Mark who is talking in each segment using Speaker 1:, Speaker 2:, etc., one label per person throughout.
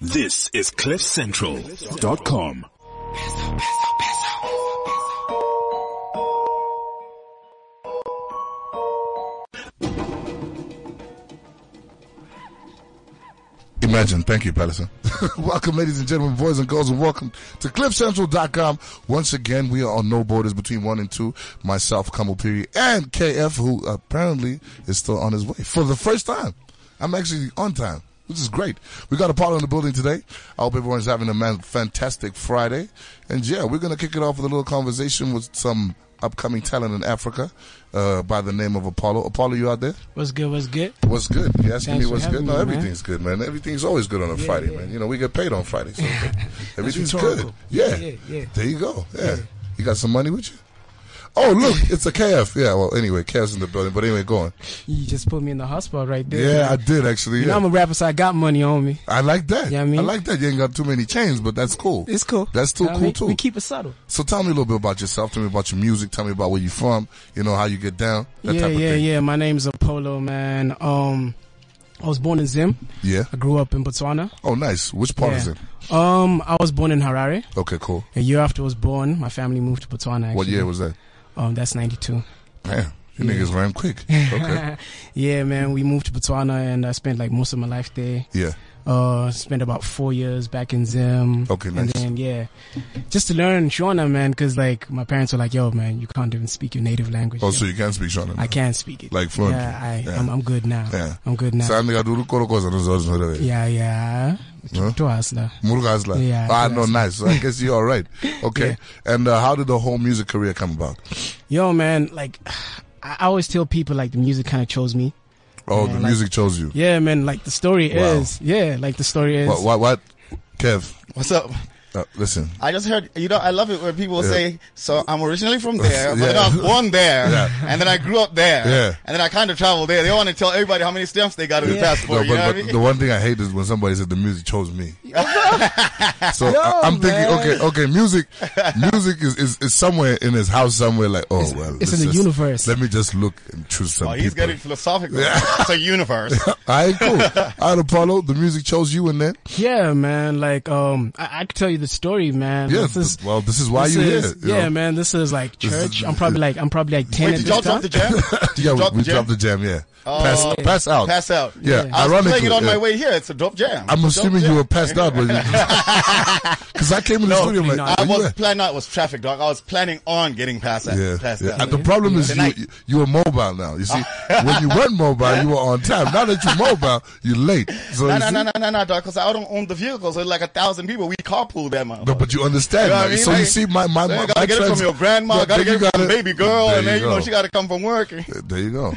Speaker 1: This is CliffCentral.com.
Speaker 2: Imagine. Thank you, Palliser. welcome, ladies and gentlemen, boys and girls, and welcome to CliffCentral.com. Once again, we are on No Borders between 1 and 2. Myself, Kamal Piri, and KF, who apparently is still on his way for the first time. I'm actually on time, which is great. We got a part in the building today. I hope everyone's having a man- fantastic Friday. And yeah, we're going to kick it off with a little conversation with some upcoming talent in Africa uh, by the name of Apollo. Apollo, you out there?
Speaker 3: What's good? What's good?
Speaker 2: What's good? You asking me
Speaker 3: Thanks for
Speaker 2: what's good?
Speaker 3: having
Speaker 2: No,
Speaker 3: me, man.
Speaker 2: everything's good, man. Everything's always good on a Friday, man. You know, we get paid on Friday, so everything's good.
Speaker 3: rhetorical.
Speaker 2: Yeah.
Speaker 3: Yeah, yeah.
Speaker 2: There you go. Yeah. You got some money with you? Oh, look, it's a KF. Yeah, well, anyway, KF's in the building, but anyway, go on.
Speaker 3: You just put me in the hospital right there.
Speaker 2: Yeah, I
Speaker 3: man.
Speaker 2: did actually.
Speaker 3: You know,
Speaker 2: yeah.
Speaker 3: I'm a rapper, so I got money on me.
Speaker 2: I like that.
Speaker 3: Yeah, I mean-
Speaker 2: like that. You ain't got too many chains, but that's cool.
Speaker 3: It's cool.
Speaker 2: That's still
Speaker 3: You know what I
Speaker 2: cool
Speaker 3: mean?
Speaker 2: too.
Speaker 3: We keep it subtle.
Speaker 2: so tell me a little bit about yourself. Tell me about your music. Tell me about where you're from. You know how you get down. That
Speaker 3: yeah,
Speaker 2: type of
Speaker 3: yeah,
Speaker 2: thing.
Speaker 3: yeah. My name's Apollo, man. Um, I was born in Zim.
Speaker 2: Yeah.
Speaker 3: I grew up in Botswana.
Speaker 2: Oh, nice. Which part is
Speaker 3: Yeah.
Speaker 2: it?
Speaker 3: Um, I was born in Harare.
Speaker 2: Okay, cool.
Speaker 3: A year after I was born, my family moved to Botswana. Actually.
Speaker 2: What year was that?
Speaker 3: Um, that's 92.
Speaker 2: Damn, you niggas ran quick. Okay.
Speaker 3: yeah, man. We moved to Botswana, and I spent like most of my life there.
Speaker 2: yeah.
Speaker 3: Uh, spent about four years back in Zim.
Speaker 2: Okay,
Speaker 3: And
Speaker 2: nice.
Speaker 3: then yeah, just to learn Shona, man, because like my parents were like, "Yo, man, you can't even speak your native language."
Speaker 2: Oh,
Speaker 3: Yeah.
Speaker 2: so you can speak Shona?
Speaker 3: I can't speak it.
Speaker 2: Like fluently.
Speaker 3: Yeah, I,
Speaker 2: Yeah.
Speaker 3: I'm, I'm good now.
Speaker 2: Yeah.
Speaker 3: I'm good now.
Speaker 2: Sa hindi ka duro koro kosa nung zozo nore.
Speaker 3: yeah, yeah.
Speaker 2: Huh?
Speaker 3: To us, lah.
Speaker 2: Murugas la.
Speaker 3: Yeah,
Speaker 2: Ah, no,
Speaker 3: yes.
Speaker 2: nice. So I guess you're all right. Okay. And uh, how did the whole music career come about?
Speaker 3: Yo, man, like I I always tell people like the music kind of chose me.
Speaker 2: Oh,
Speaker 3: Yeah,
Speaker 2: the
Speaker 3: like-
Speaker 2: music chose you.
Speaker 3: Yeah, man, like the story
Speaker 2: Wow.
Speaker 3: is. Yeah, like the story is.
Speaker 2: What? What? what? Kev,
Speaker 4: What's up?
Speaker 2: uh, listen.
Speaker 4: I just heard, you know, I love it when people say, so I'm originally from there, but then
Speaker 2: Yeah.
Speaker 4: I was born there,
Speaker 2: Yeah.
Speaker 4: and then I grew up there,
Speaker 2: Yeah.
Speaker 4: and then I kind of traveled there. They want to tell everybody how many stamps they got in the
Speaker 2: No,
Speaker 4: passport,
Speaker 2: but,
Speaker 4: you know what I
Speaker 2: but
Speaker 4: mean?
Speaker 2: the one thing I hate is when somebody said the music chose me. so I, I'm thinking,
Speaker 3: man.
Speaker 2: okay, okay, music, music is, is, is somewhere in his house somewhere. Like, oh well,
Speaker 3: it's
Speaker 2: let's
Speaker 3: in the
Speaker 2: just-
Speaker 3: universe.
Speaker 2: Let me just look and choose some
Speaker 4: Oh, he's
Speaker 2: people.
Speaker 4: getting philosophical. It's a universe.
Speaker 2: All right, cool. All right, Apollo, the music chose you, and then
Speaker 3: Yeah, man. Like, um, I, I could tell you the story, man.
Speaker 2: yeah,
Speaker 3: This is,
Speaker 2: well, this is why
Speaker 3: this
Speaker 2: you
Speaker 3: is-
Speaker 2: here. you
Speaker 3: yeah,
Speaker 2: know?
Speaker 3: man. This is like
Speaker 2: This is-
Speaker 3: church. I'm probably like, I'm probably like 10
Speaker 4: Wait,
Speaker 3: at
Speaker 4: did
Speaker 3: this
Speaker 4: y'all
Speaker 3: time.
Speaker 4: drop the jam? Did you
Speaker 2: yeah,
Speaker 4: drop
Speaker 2: we,
Speaker 4: the
Speaker 2: we
Speaker 4: jam? Oh.
Speaker 2: dropped the jam. Yeah, pass, pass out,
Speaker 4: Pass out.
Speaker 2: Yeah,
Speaker 3: Yeah.
Speaker 4: I was
Speaker 2: ironically,
Speaker 4: playing it on
Speaker 2: yeah.
Speaker 4: my way here. It's a dope jam.
Speaker 2: I'm
Speaker 4: It's a dope
Speaker 2: assuming
Speaker 4: jam.
Speaker 2: you were passed out, but because I came in the studio, I'm like,
Speaker 3: not.
Speaker 4: I
Speaker 2: "Are you
Speaker 4: was
Speaker 2: there?"
Speaker 4: planning. No, it was traffic, dog. I was planning on getting past that.
Speaker 2: Yeah,
Speaker 4: past
Speaker 2: yeah.
Speaker 4: that.
Speaker 2: And the problem is
Speaker 4: Tonight.
Speaker 2: you, you were mobile now. You see, when you weren't mobile, you were on time. Now that you're mobile, you're late. So
Speaker 4: No,
Speaker 2: you
Speaker 4: no,
Speaker 2: see-
Speaker 4: no, no, no, no, dog. Because I don't own the vehicle, so it's like a thousand people. We carpool that motherfucker.
Speaker 2: No, but you understand.
Speaker 4: You know what I
Speaker 2: like,
Speaker 4: mean?
Speaker 2: so you
Speaker 4: Like,
Speaker 2: see, my my,
Speaker 4: So
Speaker 2: my
Speaker 4: you gotta
Speaker 2: my
Speaker 4: get it
Speaker 2: trans-
Speaker 4: from your grandma,
Speaker 2: Yeah, then
Speaker 4: gotta get
Speaker 2: you
Speaker 4: it from
Speaker 2: gotta-
Speaker 4: the baby girl,
Speaker 2: There
Speaker 4: and then you know
Speaker 2: go.
Speaker 4: she gotta come from work.
Speaker 2: There you go.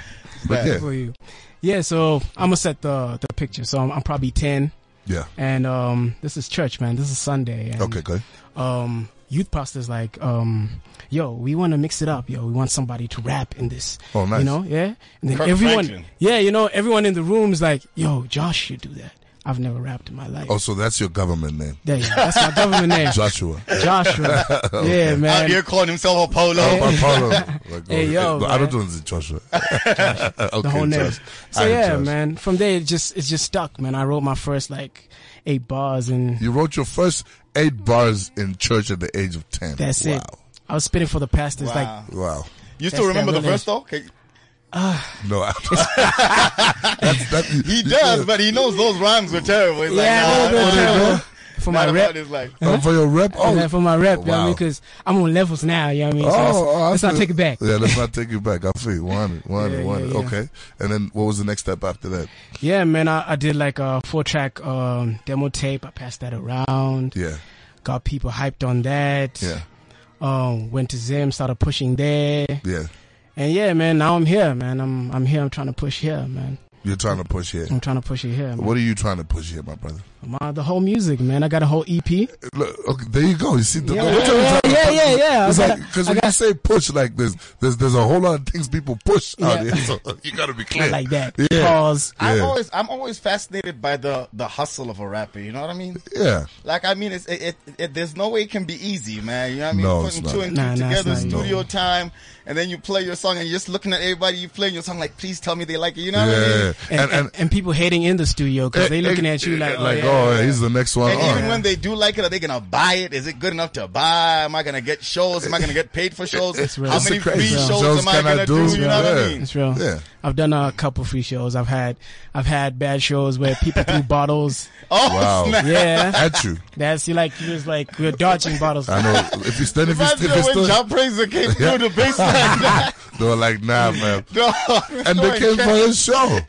Speaker 2: But
Speaker 4: Bad.
Speaker 2: yeah,
Speaker 3: for you. Yeah, so I'm gonna set the the picture. So I'm, I'm probably ten,
Speaker 2: yeah.
Speaker 3: and um, this is church, man. This is Sunday. And,
Speaker 2: Okay, good.
Speaker 3: Um, youth pastors like, um, yo, we want to mix it up. Yo, we want somebody to rap in this.
Speaker 2: Oh, nice.
Speaker 3: You know, yeah. And then
Speaker 4: Kirk
Speaker 3: everyone,
Speaker 4: Franklin.
Speaker 3: yeah, you know, everyone in the room is like, yo, Josh should do that. I've never rapped in my life.
Speaker 2: Oh, so that's your government name,
Speaker 3: There you go. That's my government name,
Speaker 2: Joshua.
Speaker 3: Joshua. Yeah,
Speaker 4: Out
Speaker 3: man.
Speaker 4: here calling himself a polo.
Speaker 2: Apollo. Like,
Speaker 3: Hey,
Speaker 2: oh,
Speaker 3: yo,
Speaker 2: no, I don't
Speaker 3: man.
Speaker 2: know. Is it Joshua? okay,
Speaker 3: the whole name.
Speaker 2: Josh.
Speaker 3: So
Speaker 2: I am
Speaker 3: yeah,
Speaker 2: Josh.
Speaker 3: man. From there, it just it just stuck, man. I wrote my first like eight bars, and
Speaker 2: You wrote your first eight bars in church at the age of ten.
Speaker 3: that's
Speaker 2: wow.
Speaker 3: it. I was spitting for the pastors,
Speaker 4: Wow.
Speaker 2: Wow.
Speaker 4: You
Speaker 3: That's
Speaker 4: still remember
Speaker 3: that
Speaker 4: the
Speaker 3: real
Speaker 4: verse though? Okay.
Speaker 2: No, I don't. that's, that,
Speaker 4: He does, but he knows those rhymes were terrible. He's
Speaker 3: like
Speaker 4: like,
Speaker 3: yeah,
Speaker 4: nah,
Speaker 3: a little bit
Speaker 4: nah,
Speaker 3: of
Speaker 4: nah,
Speaker 3: terrible.
Speaker 4: nah.
Speaker 3: for my
Speaker 4: Not
Speaker 3: rep.
Speaker 4: about this, like,
Speaker 2: Oh, for your rep? Oh,
Speaker 3: Yeah, for my rep, you know what I
Speaker 2: Wow.
Speaker 3: mean? Because I'm on levels now, you know what I mean? So let's,
Speaker 2: oh, I
Speaker 3: let's not
Speaker 2: feel-
Speaker 3: take it back.
Speaker 2: Yeah, let's not take it back. I feel one, one,
Speaker 3: Yeah,
Speaker 2: one.
Speaker 3: yeah, yeah.
Speaker 2: Okay, and then what was the next step after that?
Speaker 3: Yeah, man, I, I did like a four track um, demo tape. I passed that around,
Speaker 2: Yeah,
Speaker 3: got people hyped on that.
Speaker 2: yeah,
Speaker 3: Um, went to Zim, started pushing there.
Speaker 2: yeah.
Speaker 3: And yeah, man, now I'm here, man. I'm I'm here. I'm trying to push here, man.
Speaker 2: You're trying to push here.
Speaker 3: I'm trying to push it here. Man.
Speaker 2: What are you trying to push here, my brother?
Speaker 3: My, the whole music, man. I got a whole E EP. Yeah,
Speaker 2: Look, okay, there you go. You see, the,
Speaker 3: yeah,
Speaker 2: the- what you're
Speaker 3: yeah,
Speaker 2: trying to
Speaker 3: yeah,
Speaker 2: push-
Speaker 3: yeah, yeah. I
Speaker 2: It's
Speaker 3: got-
Speaker 2: like because when you say push like this, there's there's a whole lot of things people push out
Speaker 3: Yeah.
Speaker 2: here. So you got to be clear.
Speaker 3: like that.
Speaker 2: Yeah.
Speaker 3: Pause.
Speaker 4: I'm
Speaker 2: Yeah.
Speaker 4: always, I'm always fascinated by the the hustle of a rapper. You know what I mean?
Speaker 2: Yeah,
Speaker 4: Like, I mean, it's it, it, it there's no way it can be easy, man. You know what I mean?
Speaker 2: No,
Speaker 4: Putting
Speaker 2: it's
Speaker 4: two
Speaker 2: not.
Speaker 4: and two
Speaker 3: Nah, nah, it's
Speaker 4: together,
Speaker 3: not easy.
Speaker 4: studio time, and then you play your song, and you're just looking at everybody you playing your song, like, please tell me they like it. You know what I mean?
Speaker 2: yeah.
Speaker 3: And, and, and people hating in the studio because they looking at you like, oh,
Speaker 2: Eh, like,
Speaker 3: yeah,
Speaker 2: oh, he's the next one.
Speaker 4: And
Speaker 2: on.
Speaker 4: even when they do like it, are they gonna buy it? Is it good enough to buy? Am I gonna get shows? Am I gonna get paid for shows?
Speaker 3: real.
Speaker 4: How
Speaker 3: It's
Speaker 4: many
Speaker 2: a crazy
Speaker 4: free
Speaker 2: show.
Speaker 4: shows
Speaker 2: Shows
Speaker 4: am I
Speaker 2: can I
Speaker 4: gonna do?
Speaker 2: do?
Speaker 4: You know what I
Speaker 2: Yeah.
Speaker 4: mean?
Speaker 3: It's real.
Speaker 2: Yeah.
Speaker 3: I've done a couple free shows. I've had, I've had bad shows where people threw bottles.
Speaker 4: Oh
Speaker 2: Wow.
Speaker 4: snap!
Speaker 3: Yeah,
Speaker 2: at you.
Speaker 3: that's you like you was like we are dodging bottles.
Speaker 2: I know. If it's then if it's,
Speaker 4: Imagine
Speaker 2: if it's
Speaker 4: when
Speaker 2: still,
Speaker 4: John Fraser came through the basement.
Speaker 2: they were like, nah, man.
Speaker 4: Dog,
Speaker 2: And they
Speaker 4: like,
Speaker 2: came for his show.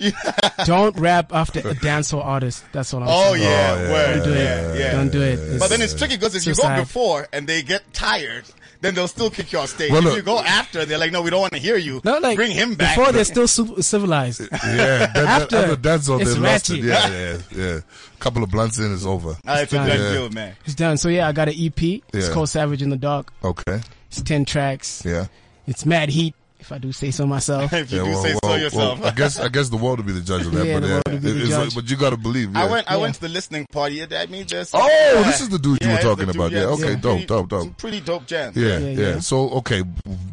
Speaker 3: Don't rap after a dancehall artist. That's all I'm
Speaker 4: Oh
Speaker 3: saying.
Speaker 4: yeah,
Speaker 2: Oh, yeah,
Speaker 4: word.
Speaker 3: Don't do
Speaker 4: yeah,
Speaker 3: it.
Speaker 4: yeah.
Speaker 3: Don't do it. It's-
Speaker 4: But then it's tricky because if you
Speaker 3: Suicide.
Speaker 4: go before and they get tired, then they'll still kick you off stage.
Speaker 2: Well,
Speaker 4: if
Speaker 2: look-
Speaker 4: you go after, they're like, no, we don't want to hear you.
Speaker 3: no, like
Speaker 4: Bring him back.
Speaker 3: Before they're still su- civilized.
Speaker 2: Yeah, that,
Speaker 3: After,
Speaker 2: after that's all they
Speaker 3: it's
Speaker 2: lost it.
Speaker 3: ratchet.
Speaker 2: Yeah, yeah, yeah. couple of blunts in, it's over.
Speaker 4: Ah, it's a
Speaker 3: Yeah.
Speaker 4: done deal, man.
Speaker 3: It's done. So yeah, I got an EP. It's
Speaker 2: Yeah.
Speaker 3: called Savage in the Dark.
Speaker 2: Okay,
Speaker 3: It's ten tracks.
Speaker 2: yeah.
Speaker 3: It's mad heat, if I do say so myself.
Speaker 4: If you
Speaker 2: yeah,
Speaker 4: do
Speaker 2: well,
Speaker 4: say so
Speaker 2: well,
Speaker 4: yourself.
Speaker 2: well, I guess I guess the world will be the judge of that.
Speaker 3: Yeah,
Speaker 2: but
Speaker 3: the
Speaker 2: yeah,
Speaker 3: world will be the
Speaker 2: it's like-
Speaker 3: judge.
Speaker 2: but you gotta believe. Yeah.
Speaker 4: I went. I went to the listening party. It- I mean, just
Speaker 2: Oh, this is the dude you were
Speaker 4: it's the
Speaker 2: talking
Speaker 4: dude,
Speaker 2: about. Yeah,
Speaker 4: some
Speaker 2: okay, dope,
Speaker 4: pretty,
Speaker 2: dope, dope.
Speaker 4: Some pretty dope jams.
Speaker 2: Yeah, yeah,
Speaker 3: Yeah, yeah.
Speaker 2: So okay,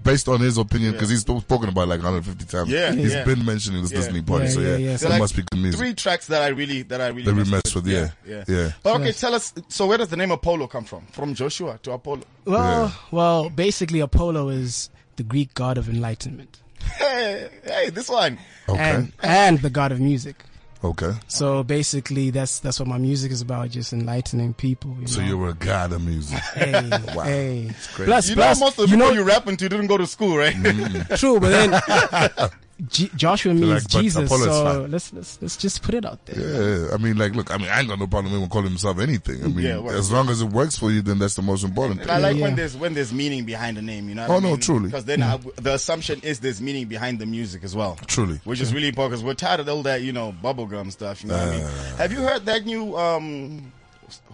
Speaker 2: based on his opinion, because he's still spoken about it like 150 times.
Speaker 4: Yeah,
Speaker 2: he's
Speaker 4: yeah.
Speaker 2: been mentioning this
Speaker 4: Yeah.
Speaker 2: listening party.
Speaker 3: Yeah,
Speaker 2: so
Speaker 3: yeah,
Speaker 2: yeah,
Speaker 3: yeah.
Speaker 2: that
Speaker 3: So,
Speaker 4: like,
Speaker 2: must be good music.
Speaker 4: Three tracks that I really, that I really.
Speaker 2: that we
Speaker 4: messed
Speaker 2: messed with. Yeah,
Speaker 4: yeah.
Speaker 2: yeah.
Speaker 4: But okay, tell us. So where does the name Apollo come from? From Joshua to Apollo.
Speaker 3: Well,
Speaker 2: Yeah.
Speaker 3: well, basically Apollo is the Greek god of enlightenment
Speaker 4: Hey, hey, this one.
Speaker 2: Okay,
Speaker 3: and and the god of music.
Speaker 2: okay.
Speaker 3: So basically, that's that's what my music is about, just enlightening people. You
Speaker 2: So
Speaker 3: know?
Speaker 2: you're a god of music.
Speaker 3: hey,
Speaker 2: Wow.
Speaker 3: hey.
Speaker 2: crazy.
Speaker 3: Plus,
Speaker 4: You
Speaker 3: plus,
Speaker 4: know, most of the
Speaker 3: you
Speaker 4: people
Speaker 3: know,
Speaker 4: you rapping to didn't go to school, right?
Speaker 2: Mm-hmm.
Speaker 3: true, but then G- Joshua means
Speaker 2: like, but
Speaker 3: Jesus,
Speaker 2: Apollo is
Speaker 3: so
Speaker 2: fine.
Speaker 3: let's let's let's just put it out there.
Speaker 2: Yeah, I mean, like, look, I mean, I ain't got no problem with him calling himself anything. I mean,
Speaker 4: Yeah, right.
Speaker 2: as long as it works for you, then that's the most important
Speaker 4: And I
Speaker 2: thing.
Speaker 4: like
Speaker 3: yeah.
Speaker 4: when there's when there's meaning behind the name, you know.
Speaker 2: Oh, no, truly.
Speaker 4: Because then I, the assumption is there's meaning behind the music as well.
Speaker 2: Truly.
Speaker 4: which is really important because we're tired of all that you know bubblegum stuff. You know what I mean?
Speaker 2: Uh.
Speaker 4: Have you heard that new? um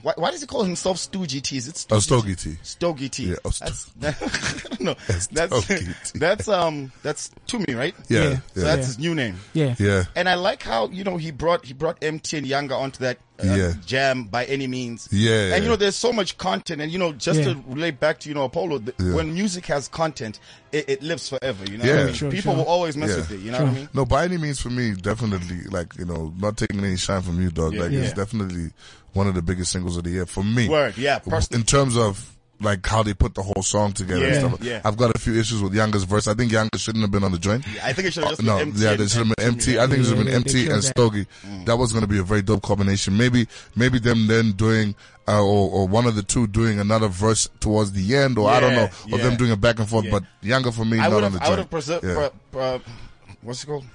Speaker 4: why, why does he call himself Stoogie T? Is it
Speaker 2: Oh,
Speaker 4: Stoogie
Speaker 2: Stogie T.
Speaker 4: Stogie T.
Speaker 2: Yeah, oh,
Speaker 4: that's, I don't know.
Speaker 2: Stogie
Speaker 4: That's
Speaker 2: T.
Speaker 4: that's um that's Toomey, right?
Speaker 2: Yeah,
Speaker 3: Yeah.
Speaker 2: yeah,
Speaker 4: So
Speaker 2: yeah.
Speaker 4: that's his new name.
Speaker 3: Yeah,
Speaker 4: And I like how you know he brought he brought MT and Yanga onto that uh,
Speaker 2: Yeah.
Speaker 4: jam by any means.
Speaker 2: Yeah.
Speaker 4: And you know there's so much content, and you know just
Speaker 3: Yeah.
Speaker 4: to relate back to you know Apollo, the,
Speaker 2: Yeah.
Speaker 4: when music has content, it, it lives forever. You know,
Speaker 2: Yeah.
Speaker 4: what I mean?
Speaker 3: Sure,
Speaker 4: people
Speaker 3: sure.
Speaker 4: will always mess
Speaker 2: Yeah.
Speaker 4: with it. You know
Speaker 3: Sure.
Speaker 4: what I mean?
Speaker 2: No, by any means, for me, definitely, like, you know, not taking any shine from you, dog.
Speaker 4: Yeah.
Speaker 2: like, it's
Speaker 3: Yeah.
Speaker 2: definitely one of the biggest singles of the year for me.
Speaker 4: Word, yeah, personally.
Speaker 2: In terms of, like, how they put the whole song together and
Speaker 4: Yeah,
Speaker 2: stuff.
Speaker 4: yeah.
Speaker 2: I've got a few issues with Yanga's verse. I think Yanga shouldn't have been on the joint. Uh,
Speaker 4: I think it should have just
Speaker 2: no,
Speaker 4: been MT.
Speaker 2: yeah,
Speaker 4: and- Mm.
Speaker 2: they should have been
Speaker 4: and
Speaker 2: empty.
Speaker 4: Toomey.
Speaker 2: I think it should have been
Speaker 3: Yeah, they- they
Speaker 2: empty and
Speaker 3: killed that.
Speaker 2: Stogie. That was going to be a very dope combination. Maybe, maybe them then doing, uh, or, or one of the two doing another verse towards the end, or I don't know,
Speaker 4: Yeah,
Speaker 2: or
Speaker 4: yeah.
Speaker 2: them doing it back and forth.
Speaker 4: Yeah.
Speaker 2: But Younger for me,
Speaker 4: I
Speaker 2: not
Speaker 4: would
Speaker 2: on
Speaker 4: have.
Speaker 2: the
Speaker 4: I would have
Speaker 2: joint.
Speaker 4: preserved.
Speaker 2: Yeah.
Speaker 4: Pre- pre- what's it called?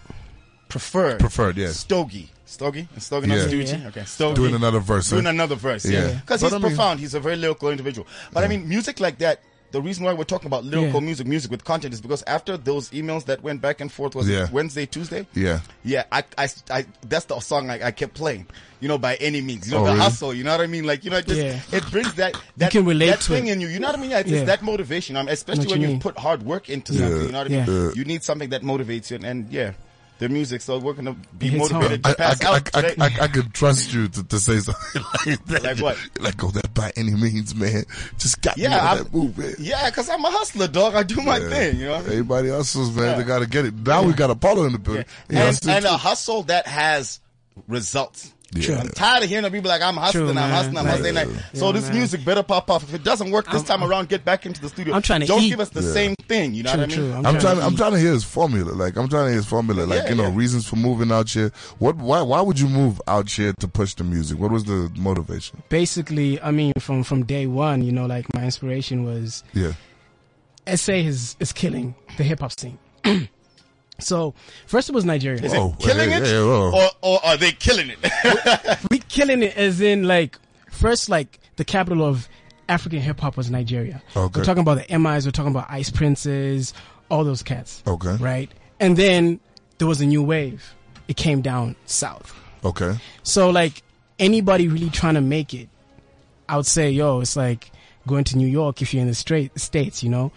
Speaker 4: Preferred.
Speaker 2: Preferred, yeah.
Speaker 4: Stogie. Stogie. Stogie. Not
Speaker 2: Yeah.
Speaker 4: Stoogie.
Speaker 3: Yeah.
Speaker 4: Okay. Stogie.
Speaker 2: Doing another verse. eh?
Speaker 4: doing
Speaker 2: huh?
Speaker 4: another verse.
Speaker 2: Yeah.
Speaker 4: Yeah.
Speaker 2: Yeah.
Speaker 4: Because
Speaker 2: But
Speaker 4: he's
Speaker 2: I mean-
Speaker 4: profound. He's a very lyrical individual. But I mean, music like that, the reason why we're talking about lyrical
Speaker 3: Yeah.
Speaker 4: music, music with content, is because after those emails that went back and forth, was
Speaker 2: Yeah.
Speaker 4: it Wednesday, Tuesday?
Speaker 2: yeah.
Speaker 4: Yeah, I, I, I, that's the song I, I kept playing, you know, by any means, you know,
Speaker 2: Oh,
Speaker 4: the
Speaker 2: really?
Speaker 4: hustle, you know what I mean? Like, you know, it just,
Speaker 3: Yeah.
Speaker 4: it brings that, that,
Speaker 3: can relate
Speaker 4: that
Speaker 3: to
Speaker 4: thing
Speaker 3: it.
Speaker 4: in you, you know what I mean? It's
Speaker 3: Yeah.
Speaker 4: that motivation, um, especially
Speaker 3: What
Speaker 4: when
Speaker 3: you
Speaker 4: you
Speaker 3: mean.
Speaker 4: have put hard work into something, you know what I
Speaker 3: Yeah.
Speaker 4: mean?
Speaker 3: Yeah.
Speaker 4: You need something that motivates you and, and yeah, the music, so we're gonna be
Speaker 3: Hits
Speaker 4: motivated
Speaker 2: I,
Speaker 4: to
Speaker 2: I,
Speaker 4: pass
Speaker 2: I,
Speaker 4: out
Speaker 2: I,
Speaker 4: today.
Speaker 2: I, I can trust you to, to say something like that.
Speaker 4: Like what?
Speaker 2: Like, go there by any means, man. Just got me
Speaker 4: Yeah,
Speaker 2: on
Speaker 4: I-
Speaker 2: that move, man.
Speaker 4: Yeah, because I'm a hustler, dog. I do my
Speaker 2: Yeah.
Speaker 4: thing, you know.
Speaker 2: Everybody else's man, they gotta get it. Now we got Apollo in the building. Yeah,
Speaker 4: and,
Speaker 2: still
Speaker 4: and
Speaker 2: too.
Speaker 4: a hustle that has results.
Speaker 2: True.
Speaker 4: I'm tired of hearing people like I'm hustling,
Speaker 3: True,
Speaker 4: I'm
Speaker 3: man.
Speaker 4: hustling, I'm
Speaker 3: Like-
Speaker 4: hustling. Like, so
Speaker 3: Yeah,
Speaker 4: this
Speaker 3: man.
Speaker 4: music better pop off. If it doesn't work this time around, get back into the studio.
Speaker 3: I'm trying to
Speaker 4: Don't
Speaker 3: eat.
Speaker 4: give us the same thing. You know
Speaker 3: True,
Speaker 4: what I mean?
Speaker 3: true. I'm
Speaker 2: I'm trying.
Speaker 3: to
Speaker 2: I'm
Speaker 3: eat.
Speaker 2: trying to hear his formula. Like I'm trying to hear his formula. Like
Speaker 4: Yeah,
Speaker 2: you know,
Speaker 4: yeah.
Speaker 2: reasons for moving out here. What? Why? Why would you move out here to push the music? What was the motivation?
Speaker 3: Basically, I mean, from from day one, you know, like my inspiration was
Speaker 2: Yeah.
Speaker 3: SA is is killing the hip hop scene. so first it was Nigeria.
Speaker 4: Is it
Speaker 2: Whoa,
Speaker 4: killing
Speaker 2: hey,
Speaker 4: it,
Speaker 2: hey, whoa.
Speaker 4: or, or are they killing it?
Speaker 3: we killing it as in like first like the capital of African hip hop was Nigeria.
Speaker 4: Oh,
Speaker 2: Okay.
Speaker 3: We're talking about the MIs, we're talking about Ice Princes, all those cats.
Speaker 4: Oh,
Speaker 2: Okay.
Speaker 3: Right? And then there was a new wave. It came down south.
Speaker 2: Okay.
Speaker 3: So like anybody really trying to make it, I would say, yo, it's like going to New York if you're in the straight states, you know.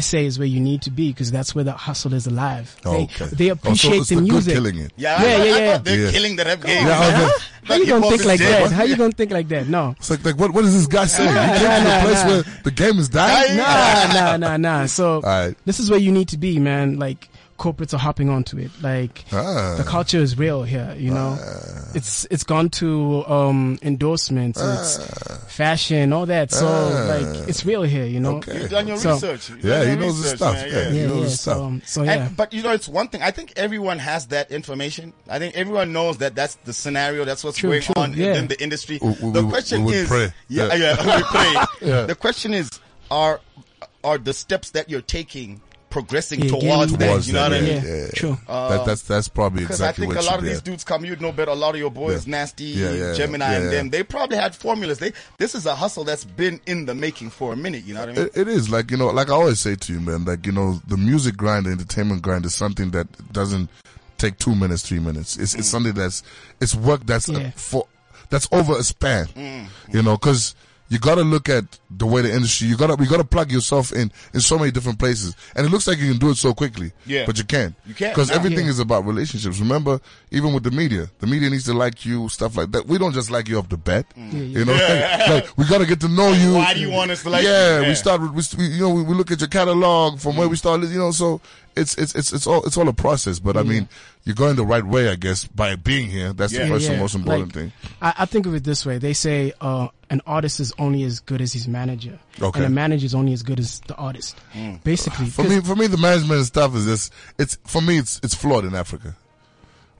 Speaker 3: SA is where you need to be because that's where the hustle is alive. They,
Speaker 2: okay.
Speaker 3: they appreciate
Speaker 2: oh, so it's
Speaker 3: the,
Speaker 2: the
Speaker 3: music.
Speaker 2: Good killing it.
Speaker 4: yeah,
Speaker 3: Yeah,
Speaker 4: I,
Speaker 3: yeah,
Speaker 4: I
Speaker 3: yeah.
Speaker 4: thought they're
Speaker 2: Yeah.
Speaker 4: killing that rap game.
Speaker 3: oh.
Speaker 2: Yeah, I was like-
Speaker 3: How you gonna think like
Speaker 4: Hip-hop
Speaker 3: that?
Speaker 4: is
Speaker 3: How you
Speaker 4: dead.
Speaker 3: gonna think like that? No.
Speaker 2: It's like like what? What is this guy saying? You came to a place where the game is dying.
Speaker 4: Dying.
Speaker 3: nah, nah, nah, nah. So
Speaker 2: Alright.
Speaker 3: this is where you need to be, man. Like corporates are hopping onto it. Like
Speaker 2: Ah.
Speaker 3: the culture is real here, you know. It's it's gone to um endorsements, it's fashion, all that. So
Speaker 2: Ah.
Speaker 3: like it's real here, you know.
Speaker 2: Okay.
Speaker 4: You done your
Speaker 3: So-
Speaker 4: research. You
Speaker 2: Yeah,
Speaker 4: done
Speaker 2: he
Speaker 4: your
Speaker 2: knows his
Speaker 4: research,
Speaker 2: stuff.
Speaker 4: man,
Speaker 2: Yeah, he
Speaker 3: Yeah,
Speaker 2: knows
Speaker 3: yeah.
Speaker 2: his
Speaker 3: So,
Speaker 2: stuff.
Speaker 3: um, so yeah.
Speaker 4: And- but you know, it's one thing. I think everyone has that information. I think everyone knows that that's the scenario. That's what's
Speaker 3: True,
Speaker 4: going
Speaker 3: true,
Speaker 4: on
Speaker 3: yeah.
Speaker 4: in the industry.
Speaker 2: We- we-
Speaker 4: the
Speaker 2: we-
Speaker 4: question
Speaker 2: we would
Speaker 4: is,
Speaker 2: pray.
Speaker 4: yeah,
Speaker 2: Yeah.
Speaker 4: yeah, we pray.
Speaker 2: Yeah.
Speaker 4: The question is, are are the steps that you're taking progressing
Speaker 3: Yeah,
Speaker 4: towards
Speaker 3: getting-
Speaker 4: that?
Speaker 2: Towards
Speaker 4: You know
Speaker 2: that,
Speaker 4: what I
Speaker 2: yeah,
Speaker 4: mean?
Speaker 2: yeah, yeah.
Speaker 3: True.
Speaker 2: that, that's that's probably
Speaker 4: Because
Speaker 2: exactly
Speaker 4: I think
Speaker 2: what
Speaker 4: a lot
Speaker 2: you
Speaker 4: of
Speaker 2: did.
Speaker 4: these dudes come, you'd know better. A lot of your boys,
Speaker 2: Yeah.
Speaker 4: Nasty,
Speaker 2: Yeah, yeah, yeah.
Speaker 4: Gemini,
Speaker 2: Yeah,
Speaker 4: and
Speaker 2: yeah.
Speaker 4: them, they probably had formulas. They This is a hustle that's been in the making for a minute. You know what I mean?
Speaker 2: It, it is like you know, like I always say to you, man. Like you know, the music grind, the entertainment grind is something that doesn't take two minutes, three minutes. It's,
Speaker 4: Mm.
Speaker 2: it's something that's it's work that's uh,
Speaker 3: Yeah.
Speaker 2: for that's over a span.
Speaker 4: Mm.
Speaker 2: You know, because you got to look at the way the industry. You got to we got to plug yourself in in so many different places, and it looks like you can do it so quickly.
Speaker 4: Yeah.
Speaker 2: but you can't.
Speaker 4: You can't,
Speaker 2: because
Speaker 4: nah.
Speaker 2: everything
Speaker 3: Yeah.
Speaker 2: is about relationships. Remember, even with the media, the media needs to like you, stuff like that. We don't just like you off the bat.
Speaker 4: Mm.
Speaker 2: You know, like, we got to get to know you.
Speaker 4: Why do you want us to like you?
Speaker 2: Yeah, we
Speaker 4: Yeah.
Speaker 2: start start with we, you know we, we look at your catalog from where
Speaker 4: Mm.
Speaker 2: we started you know so it's it's it's it's all it's all a process but I mean you're going the right way I guess by being here that's
Speaker 4: Yeah. Oh,
Speaker 2: the
Speaker 4: Yeah,
Speaker 2: first and
Speaker 3: yeah.
Speaker 2: most important
Speaker 3: Like,
Speaker 2: thing
Speaker 3: I, I think of it this way. They say uh, an artist is only as good as his manager.
Speaker 2: Okay.
Speaker 3: And a manager is only as good as the artist.
Speaker 4: Hmm.
Speaker 3: Basically.
Speaker 2: for
Speaker 3: 'cause-
Speaker 2: me for me the management and stuff is just it's for me it's it's flawed in Africa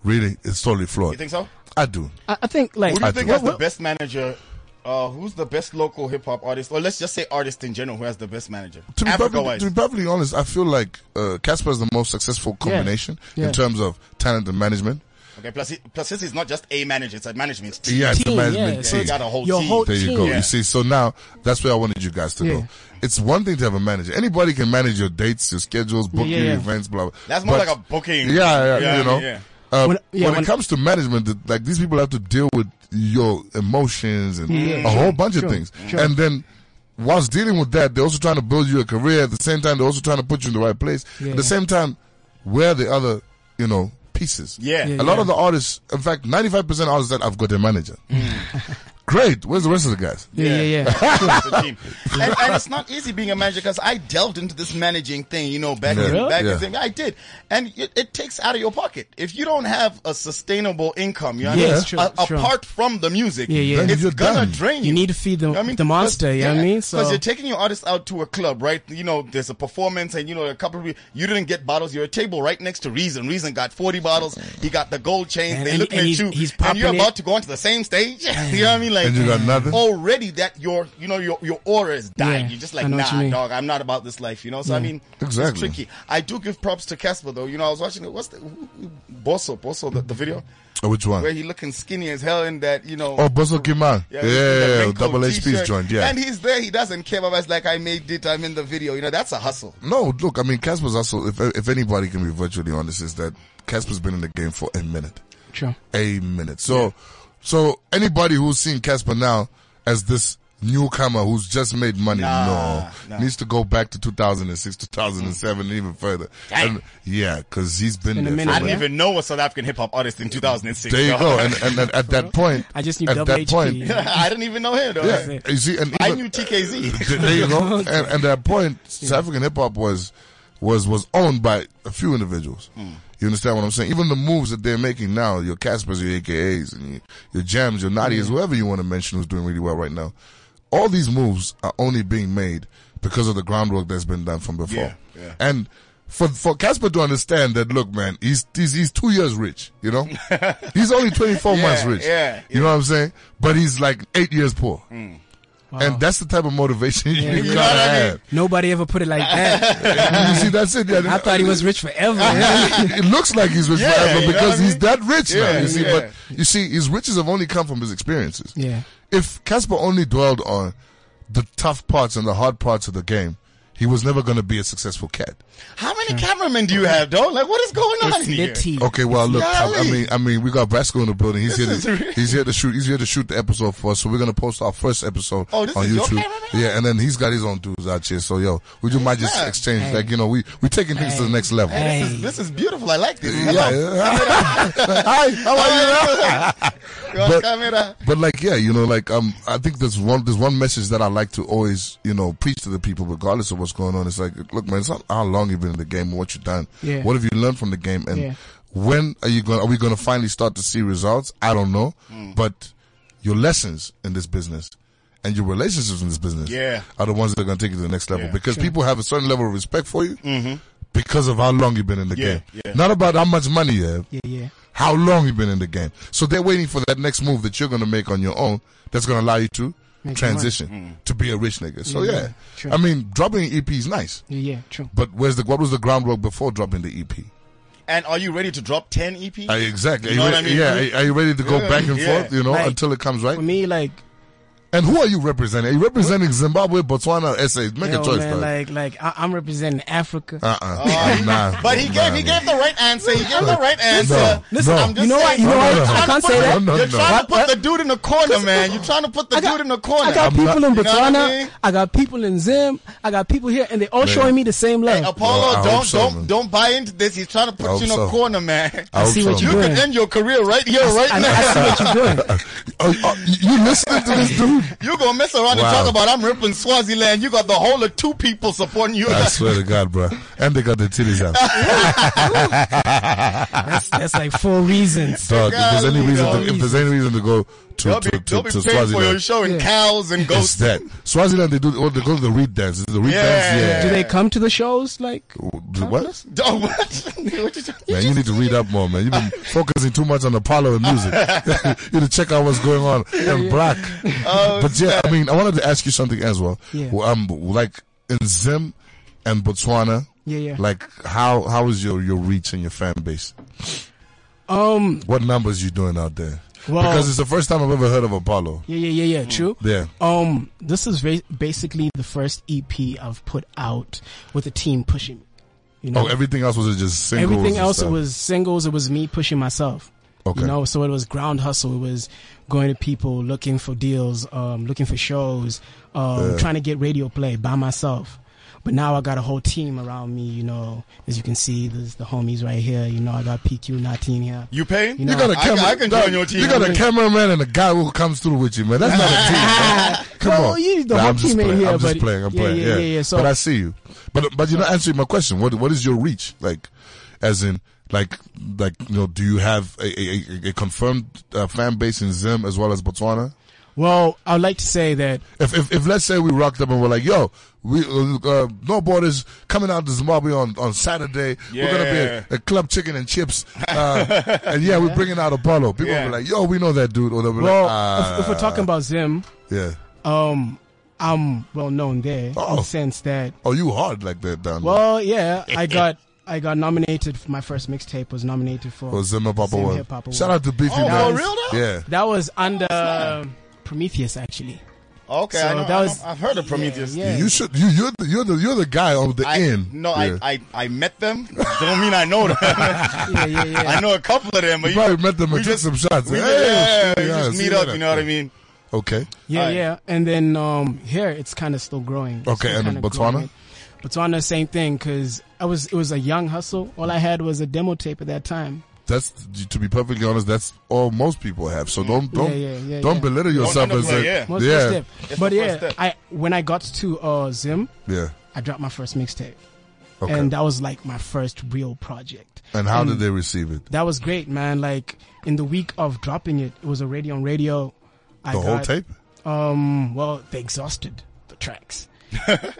Speaker 2: really it's totally flawed
Speaker 4: You think so?
Speaker 2: I do
Speaker 3: I, I think like
Speaker 4: Who do you
Speaker 2: I
Speaker 4: think
Speaker 2: do.
Speaker 4: has the
Speaker 3: Well,
Speaker 4: best manager? Uh, who's the best local hip hop artist, or let's just say artist in general, who has the best manager?
Speaker 2: to be,
Speaker 4: Africa
Speaker 2: perfectly,
Speaker 4: wise,
Speaker 2: to be perfectly honest, I feel like uh, Casper is the most successful combination
Speaker 3: Yeah.
Speaker 2: in terms of talent and management.
Speaker 4: okay. Plus, he- plus this is not just a manager; it's a management team.
Speaker 2: Yeah, it's the
Speaker 3: Team,
Speaker 2: management
Speaker 3: yeah.
Speaker 2: team.
Speaker 3: So
Speaker 4: You got a whole
Speaker 3: Your
Speaker 4: team.
Speaker 3: whole
Speaker 2: There you go.
Speaker 3: team.
Speaker 2: You see, so now that's where I wanted you guys to
Speaker 3: Yeah.
Speaker 2: go. It's one thing to have a manager. Anybody can manage your dates, your schedules, book
Speaker 3: Yeah,
Speaker 2: your
Speaker 3: yeah.
Speaker 2: events, blah blah.
Speaker 4: That's more
Speaker 2: But-
Speaker 4: like a booking.
Speaker 2: Yeah, yeah,
Speaker 4: Yeah,
Speaker 2: you know.
Speaker 4: yeah.
Speaker 2: Uh,
Speaker 3: When-
Speaker 2: when,
Speaker 3: yeah,
Speaker 2: it
Speaker 3: when-
Speaker 2: comes to management, th- like these people have to deal with your emotions and a whole bunch
Speaker 3: sure,
Speaker 2: of things,
Speaker 3: sure.
Speaker 2: and then. Whilst dealing with that, they're also trying to build you a career. At the same time, they're also trying to put you in the right place.
Speaker 3: Yeah.
Speaker 2: At the same time, where are the other, you know, pieces?
Speaker 4: Yeah. Yeah,
Speaker 2: a lot
Speaker 3: yeah.
Speaker 2: of the artists, in fact, 95% of artists that I've got a manager.
Speaker 4: Mm.
Speaker 2: Great. Where's the rest of the guys?
Speaker 3: Yeah, yeah, yeah.
Speaker 4: It's a team. and, and it's not easy being a manager because I delved into this managing thing, you know, back
Speaker 2: Yeah.
Speaker 4: in,
Speaker 2: Really?
Speaker 4: back
Speaker 2: Yeah.
Speaker 4: in, I did, and it, it takes out of your pocket if you don't have a sustainable income. You know,
Speaker 3: Yeah,
Speaker 4: what I mean?
Speaker 3: it's true,
Speaker 4: A-
Speaker 3: it's true.
Speaker 4: apart from the music,
Speaker 3: Yeah, yeah. Then
Speaker 4: it's
Speaker 2: you're
Speaker 4: gonna
Speaker 2: done.
Speaker 4: drain you.
Speaker 3: You need to feed the, the monster, you know what I mean?
Speaker 4: Because you're taking your artist out to a club, right? You know, there's a performance, and you know, a couple of people- you didn't get bottles. You're a table right next to Reason. Reason got 40 bottles. He got the gold chains.
Speaker 3: And-
Speaker 4: They're
Speaker 3: and-
Speaker 4: looking
Speaker 3: and
Speaker 4: at
Speaker 3: he's-
Speaker 4: you,
Speaker 3: he's
Speaker 4: and you're
Speaker 3: popping it.
Speaker 4: about to go onto the same stage. you know what I mean? Like,
Speaker 2: And you got nothing?
Speaker 4: Already, that your you know your your aura is dying.
Speaker 3: Yeah,
Speaker 4: you're just like,
Speaker 3: I know
Speaker 4: nah,
Speaker 3: what you mean.
Speaker 4: dog, I'm not about this life. You know? So I mean,
Speaker 2: Exactly.
Speaker 4: it's tricky. I do give props to Casper though. You know, I was watching it. What's the who- who- Bosso? Bosso, the, the video
Speaker 2: Oh, which one?
Speaker 4: where he looking skinny as hell in that you know.
Speaker 2: Oh, Bozo Kiman. Yeah,
Speaker 4: Yeah, with the wrinkled
Speaker 2: double HP's
Speaker 4: t-shirt.
Speaker 2: joint. Yeah.
Speaker 4: And he's there. He doesn't care about us. Like I made it. I'm in the video. You know, that's a hustle.
Speaker 2: no, look, I mean, Casper's also, if, if anybody can be virtually honest, is that Casper's been in the game for a minute.
Speaker 3: True.
Speaker 2: A minute. So, so anybody who's seen Casper now as this newcomer who's just made money, no,
Speaker 4: nah. Mm.
Speaker 2: needs to go back to 2006, 2007, and even further.
Speaker 4: Damn.
Speaker 2: And, yeah, because he's been
Speaker 3: Been a
Speaker 2: there
Speaker 3: minute,
Speaker 2: for
Speaker 4: I
Speaker 2: a
Speaker 4: didn't
Speaker 3: yeah.
Speaker 4: even know a South African hip hop artist in 2006.
Speaker 2: There you
Speaker 4: though.
Speaker 2: go. And, and at, at that point,
Speaker 3: I just knew
Speaker 2: at
Speaker 3: double
Speaker 2: that
Speaker 3: HP.
Speaker 2: point,
Speaker 4: I didn't even know him. Though.
Speaker 2: yeah, you see, and
Speaker 4: I
Speaker 2: even-
Speaker 4: knew TKZ.
Speaker 2: there you go. And, and that point, South African hip hop was was was owned by a few individuals.
Speaker 4: Hmm.
Speaker 2: You understand what I'm saying? Even the moves that they're making now, your Caspers, your AKAs, and your, your Jams, your Nadias, whoever you want to mention who's doing really well right now, all these moves are only being made because of the groundwork that's been done from before.
Speaker 4: Yeah, yeah.
Speaker 2: And for for Casper to understand that, look, man, he's he's, he's two years rich. You know, he's only 24 months rich.
Speaker 4: yeah,
Speaker 2: you know what I'm saying? But he's like eight years poor. And that's the type of motivation you gotta
Speaker 3: You know
Speaker 4: what I mean?
Speaker 2: have.
Speaker 3: Nobody ever put it like that.
Speaker 2: you see, that's it. Yeah,
Speaker 3: I thought he was rich forever.
Speaker 2: it looks like he's rich
Speaker 4: Yeah,
Speaker 2: forever
Speaker 4: you know
Speaker 2: because
Speaker 4: what I
Speaker 2: he's
Speaker 4: mean?
Speaker 2: that rich now.
Speaker 4: Yeah,
Speaker 2: You see,
Speaker 4: yeah.
Speaker 2: but you see, his riches have only come from his experiences.
Speaker 3: Yeah.
Speaker 2: If Casper only dwelled on the tough parts and the hard parts of the game, he was never going to be a successful cat.
Speaker 4: How many cameramen do you have, though? Like, what is going on
Speaker 3: It's
Speaker 4: here?
Speaker 3: lit tea.
Speaker 2: Okay, well, look, I, I
Speaker 4: Golly.
Speaker 2: mean, I mean, we got Brasco in the building. He's
Speaker 4: This
Speaker 2: here.
Speaker 4: is
Speaker 2: To,
Speaker 4: real.
Speaker 2: he's here to shoot. He's here to shoot the episode for us. So we're gonna post our first episode
Speaker 4: Oh, this
Speaker 2: on
Speaker 4: is your
Speaker 2: YouTube.
Speaker 4: cameraman?
Speaker 2: yeah, and then he's got his own dudes out here. So yo, we just might just
Speaker 4: Yeah.
Speaker 2: exchange. Like you know, we we taking things to the next level.
Speaker 3: Hey.
Speaker 4: This is, this is beautiful. I like this.
Speaker 2: Yeah. Hi, how are you?
Speaker 4: Your
Speaker 2: But-
Speaker 4: camera.
Speaker 2: But like, yeah, you know, like, um, I think there's one, there's one message that I like to always, you know, preach to the people, regardless of what what's going on. It's like, look, man, it's not how long you've been in the game and what you've done.
Speaker 3: Yeah.
Speaker 2: What have you learned from the game? And
Speaker 3: Yeah.
Speaker 2: when are you going? Are we going to finally start to see results? I don't know,
Speaker 4: Mm.
Speaker 2: but your lessons in this business and your relationships in this business
Speaker 4: Yeah.
Speaker 2: are the ones that are going to take you to the next level
Speaker 4: Yeah. Mm-hmm.
Speaker 2: because people have a certain level of respect for you because of how long you've been in the
Speaker 4: Yeah,
Speaker 2: game.
Speaker 4: yeah.
Speaker 2: Not about how much money you have
Speaker 3: Yeah, yeah.
Speaker 2: how long you've been in the game. So they're waiting for that next move that you're going to make on your own that's going to allow you to
Speaker 3: Make
Speaker 2: transition to be a rich nigga. So
Speaker 3: Yeah,
Speaker 2: yeah,
Speaker 3: Mm-hmm. true.
Speaker 2: I mean, dropping an EP is nice,
Speaker 3: Yeah, yeah, true.
Speaker 2: but where's the what was the groundwork before dropping the EP?
Speaker 4: And are you ready to drop E 10 EPs?
Speaker 2: Are you, exactly.
Speaker 4: You know
Speaker 2: are you,
Speaker 4: what I mean?
Speaker 2: Yeah. Are, are you ready to go
Speaker 4: Yeah,
Speaker 2: back and
Speaker 4: yeah.
Speaker 2: forth? You know,
Speaker 3: Like-
Speaker 2: until it comes right.
Speaker 3: For me, like,
Speaker 2: And who are you representing? Are you representing Zimbabwe, Botswana, or SA? Make
Speaker 3: yo,
Speaker 2: a choice,
Speaker 3: man,
Speaker 2: bro.
Speaker 3: like, like I- I'm representing Africa.
Speaker 2: uh uh. Nah.
Speaker 4: Oh, But he gave he
Speaker 2: Nah,
Speaker 4: gave the right answer. He gave the right answer.
Speaker 2: No,
Speaker 3: Listen,
Speaker 2: no.
Speaker 4: I'm just
Speaker 3: you know what?
Speaker 4: saying-
Speaker 3: You know what?
Speaker 2: No, no, no.
Speaker 3: I can't
Speaker 4: Put
Speaker 3: say
Speaker 4: the-
Speaker 2: No,
Speaker 3: that.
Speaker 2: no,
Speaker 4: You're
Speaker 2: no.
Speaker 4: trying to
Speaker 3: What-
Speaker 4: put the dude in the corner, man. You're trying to put the
Speaker 3: I got-
Speaker 4: dude in the corner.
Speaker 3: I got
Speaker 2: not-
Speaker 3: people in
Speaker 4: You know what I
Speaker 3: Botswana.
Speaker 4: mean?
Speaker 3: I got people in Zim. I got people here, and they all showing me the same love.
Speaker 4: Apollo,
Speaker 2: Well, I
Speaker 4: don't
Speaker 2: hope so,
Speaker 4: don't
Speaker 2: man.
Speaker 4: don't buy into this. He's trying to
Speaker 2: I
Speaker 4: put
Speaker 2: hope
Speaker 4: you in a
Speaker 2: so.
Speaker 4: corner, man.
Speaker 2: I hope
Speaker 3: see
Speaker 2: so,
Speaker 3: what
Speaker 4: You
Speaker 3: you're
Speaker 2: man.
Speaker 4: could
Speaker 3: doing.
Speaker 4: end your career right here, right
Speaker 3: I,
Speaker 4: now.
Speaker 3: I see what you're doing.
Speaker 2: Oh, oh, you listening to this dude?
Speaker 4: You gonna mess around and
Speaker 2: Wow.
Speaker 4: talk about I'm ripping Swaziland. You got the whole of two people supporting you.
Speaker 2: I swear to God, bro. And they got the titties out.
Speaker 3: That's, that's like four reasons.
Speaker 2: Dog, if there's any
Speaker 4: Golly,
Speaker 2: reason,
Speaker 4: golly.
Speaker 2: to, if there's any reason to go to
Speaker 4: They'll be,
Speaker 2: to, to,
Speaker 4: they'll be
Speaker 2: to
Speaker 4: paying for your
Speaker 2: Swaziland,
Speaker 4: show in cows and
Speaker 2: it's
Speaker 4: goats.
Speaker 2: that Swaziland they do oh, they go to the reed dance. Is it the reed
Speaker 4: Yeah.
Speaker 2: dance?
Speaker 3: Do
Speaker 2: Yeah.
Speaker 3: they come to the shows? Like,
Speaker 2: Do what?
Speaker 4: Oh, what? What you talking-
Speaker 2: Man, you need to read up more, man. You've been focusing too much on Apollo and music. you need to check out what's going on in black.
Speaker 4: Oh,
Speaker 2: but yeah, I mean, I wanted to ask you something as well.
Speaker 3: Yeah.
Speaker 2: Well, Um, like in Zim and Botswana.
Speaker 3: Yeah, yeah.
Speaker 2: Like how how is your your reach and your fan base?
Speaker 3: um,
Speaker 2: What numbers you doing out there?
Speaker 3: Well-
Speaker 2: because it's the first time I've ever heard of Apollo.
Speaker 3: yeah, yeah, yeah, yeah,
Speaker 4: Mm.
Speaker 3: true.
Speaker 2: Yeah.
Speaker 3: Um, this is va- basically the first EP I've put out with a team pushing me. You know,
Speaker 2: Oh, everything else was just singles.
Speaker 3: everything
Speaker 2: and
Speaker 3: else it
Speaker 2: stuff.
Speaker 3: was singles. It was me pushing myself.
Speaker 2: Okay.
Speaker 3: You know, so it was ground hustle. It was going to people, looking for deals, um, looking for shows, um, trying to get radio play by myself. But now I got a whole team around me. You know, as you can see, there's the homies right here. You know, I got PQ Nateen here.
Speaker 4: You paying?
Speaker 2: You
Speaker 3: You know,
Speaker 2: got a
Speaker 4: I-
Speaker 2: camera.
Speaker 4: I can join your team.
Speaker 2: You got a cameraman and a guy who comes through with you, man. That's not a team. man. Come
Speaker 3: Well,
Speaker 2: on.
Speaker 3: you- the
Speaker 2: Nah,
Speaker 3: whole
Speaker 2: I'm just
Speaker 3: team ain't
Speaker 2: playing.
Speaker 3: here,
Speaker 2: I'm just
Speaker 3: buddy.
Speaker 2: playing. I'm
Speaker 3: Yeah,
Speaker 2: playing.
Speaker 3: yeah,
Speaker 2: Yeah,
Speaker 3: yeah, yeah. So-
Speaker 2: but I see you. But but you're not answering my question. What what is your reach like? As in, like like you know, do you have a a, a- a confirmed uh, fan base in Zim as well as Botswana?
Speaker 3: Well, I'd like to say that
Speaker 2: If, if, if let's say we rocked up and we're like, yo, we uh, uh, no borders coming out to Zimbabwe on, on Saturday. We're gonna be
Speaker 4: Yeah.
Speaker 2: at, at Club Chicken and Chips, uh, and yeah, we're bringing out Apollo. People
Speaker 4: Yeah.
Speaker 2: will be like, yo, we know that dude, or they'll be
Speaker 3: Well,
Speaker 2: like, ah,
Speaker 3: if, if we're talking about Zim,
Speaker 2: yeah.
Speaker 3: um, I'm well known there in
Speaker 2: Oh.
Speaker 3: the sense that.
Speaker 2: Oh, you hard like that down there.
Speaker 3: Well, yeah, I got I got nominated. For my first mixtape was nominated for.
Speaker 2: Or Zimmer Papa
Speaker 3: Zim
Speaker 2: One.
Speaker 3: Hip Hop Award.
Speaker 2: Shout out to Beefy
Speaker 4: Oh,
Speaker 2: man.
Speaker 4: for real though?
Speaker 2: Yeah.
Speaker 3: that was under um, Prometheus, actually.
Speaker 4: Okay,
Speaker 3: So
Speaker 4: I know,
Speaker 3: that
Speaker 4: I
Speaker 3: was-
Speaker 4: know, I've heard of Prometheus.
Speaker 3: Yeah.
Speaker 2: You should. You you're the, you're the you're the guy on the
Speaker 4: I,
Speaker 2: end.
Speaker 4: No,
Speaker 2: Yeah.
Speaker 4: I, I, I met them. Don't mean I know them.
Speaker 3: Yeah, yeah, yeah.
Speaker 4: I know a couple of them, but
Speaker 2: You
Speaker 4: you
Speaker 2: probably met them and took some shots.
Speaker 4: we
Speaker 2: Hey,
Speaker 4: just- yeah,
Speaker 2: yeah,
Speaker 4: we
Speaker 2: yeah,
Speaker 4: just
Speaker 2: see
Speaker 4: meet
Speaker 2: you
Speaker 4: up.
Speaker 2: later.
Speaker 4: You know what I mean?
Speaker 2: Okay.
Speaker 3: Yeah,
Speaker 4: Alright.
Speaker 3: yeah. And then um, here it's kind of still growing. It's
Speaker 2: Okay,
Speaker 3: still
Speaker 2: and
Speaker 3: kinda
Speaker 2: Botswana?
Speaker 3: growing. Botswana, same thing, because I was it was a young hustle. All I had was a demo tape at that time.
Speaker 2: that's to be perfectly honest. That's all most people have. So don't don't
Speaker 3: Yeah, yeah, yeah,
Speaker 2: don't
Speaker 3: yeah.
Speaker 2: belittle yourself
Speaker 4: underplay,
Speaker 2: as a
Speaker 4: yeah.
Speaker 3: Most
Speaker 2: yeah,
Speaker 3: first
Speaker 4: It's
Speaker 3: step. But
Speaker 4: the
Speaker 3: yeah,
Speaker 4: first step.
Speaker 3: I when I got to uh, Zim,
Speaker 2: yeah.
Speaker 3: I dropped my first mixtape.
Speaker 2: Okay.
Speaker 3: And um,
Speaker 2: And,
Speaker 3: that was like my first real project.
Speaker 2: how did they receive it?
Speaker 3: That was great, man. Like in the week of dropping it, it was already on radio. I
Speaker 2: The whole
Speaker 3: got-
Speaker 2: tape.
Speaker 3: Um, well, they exhausted the tracks.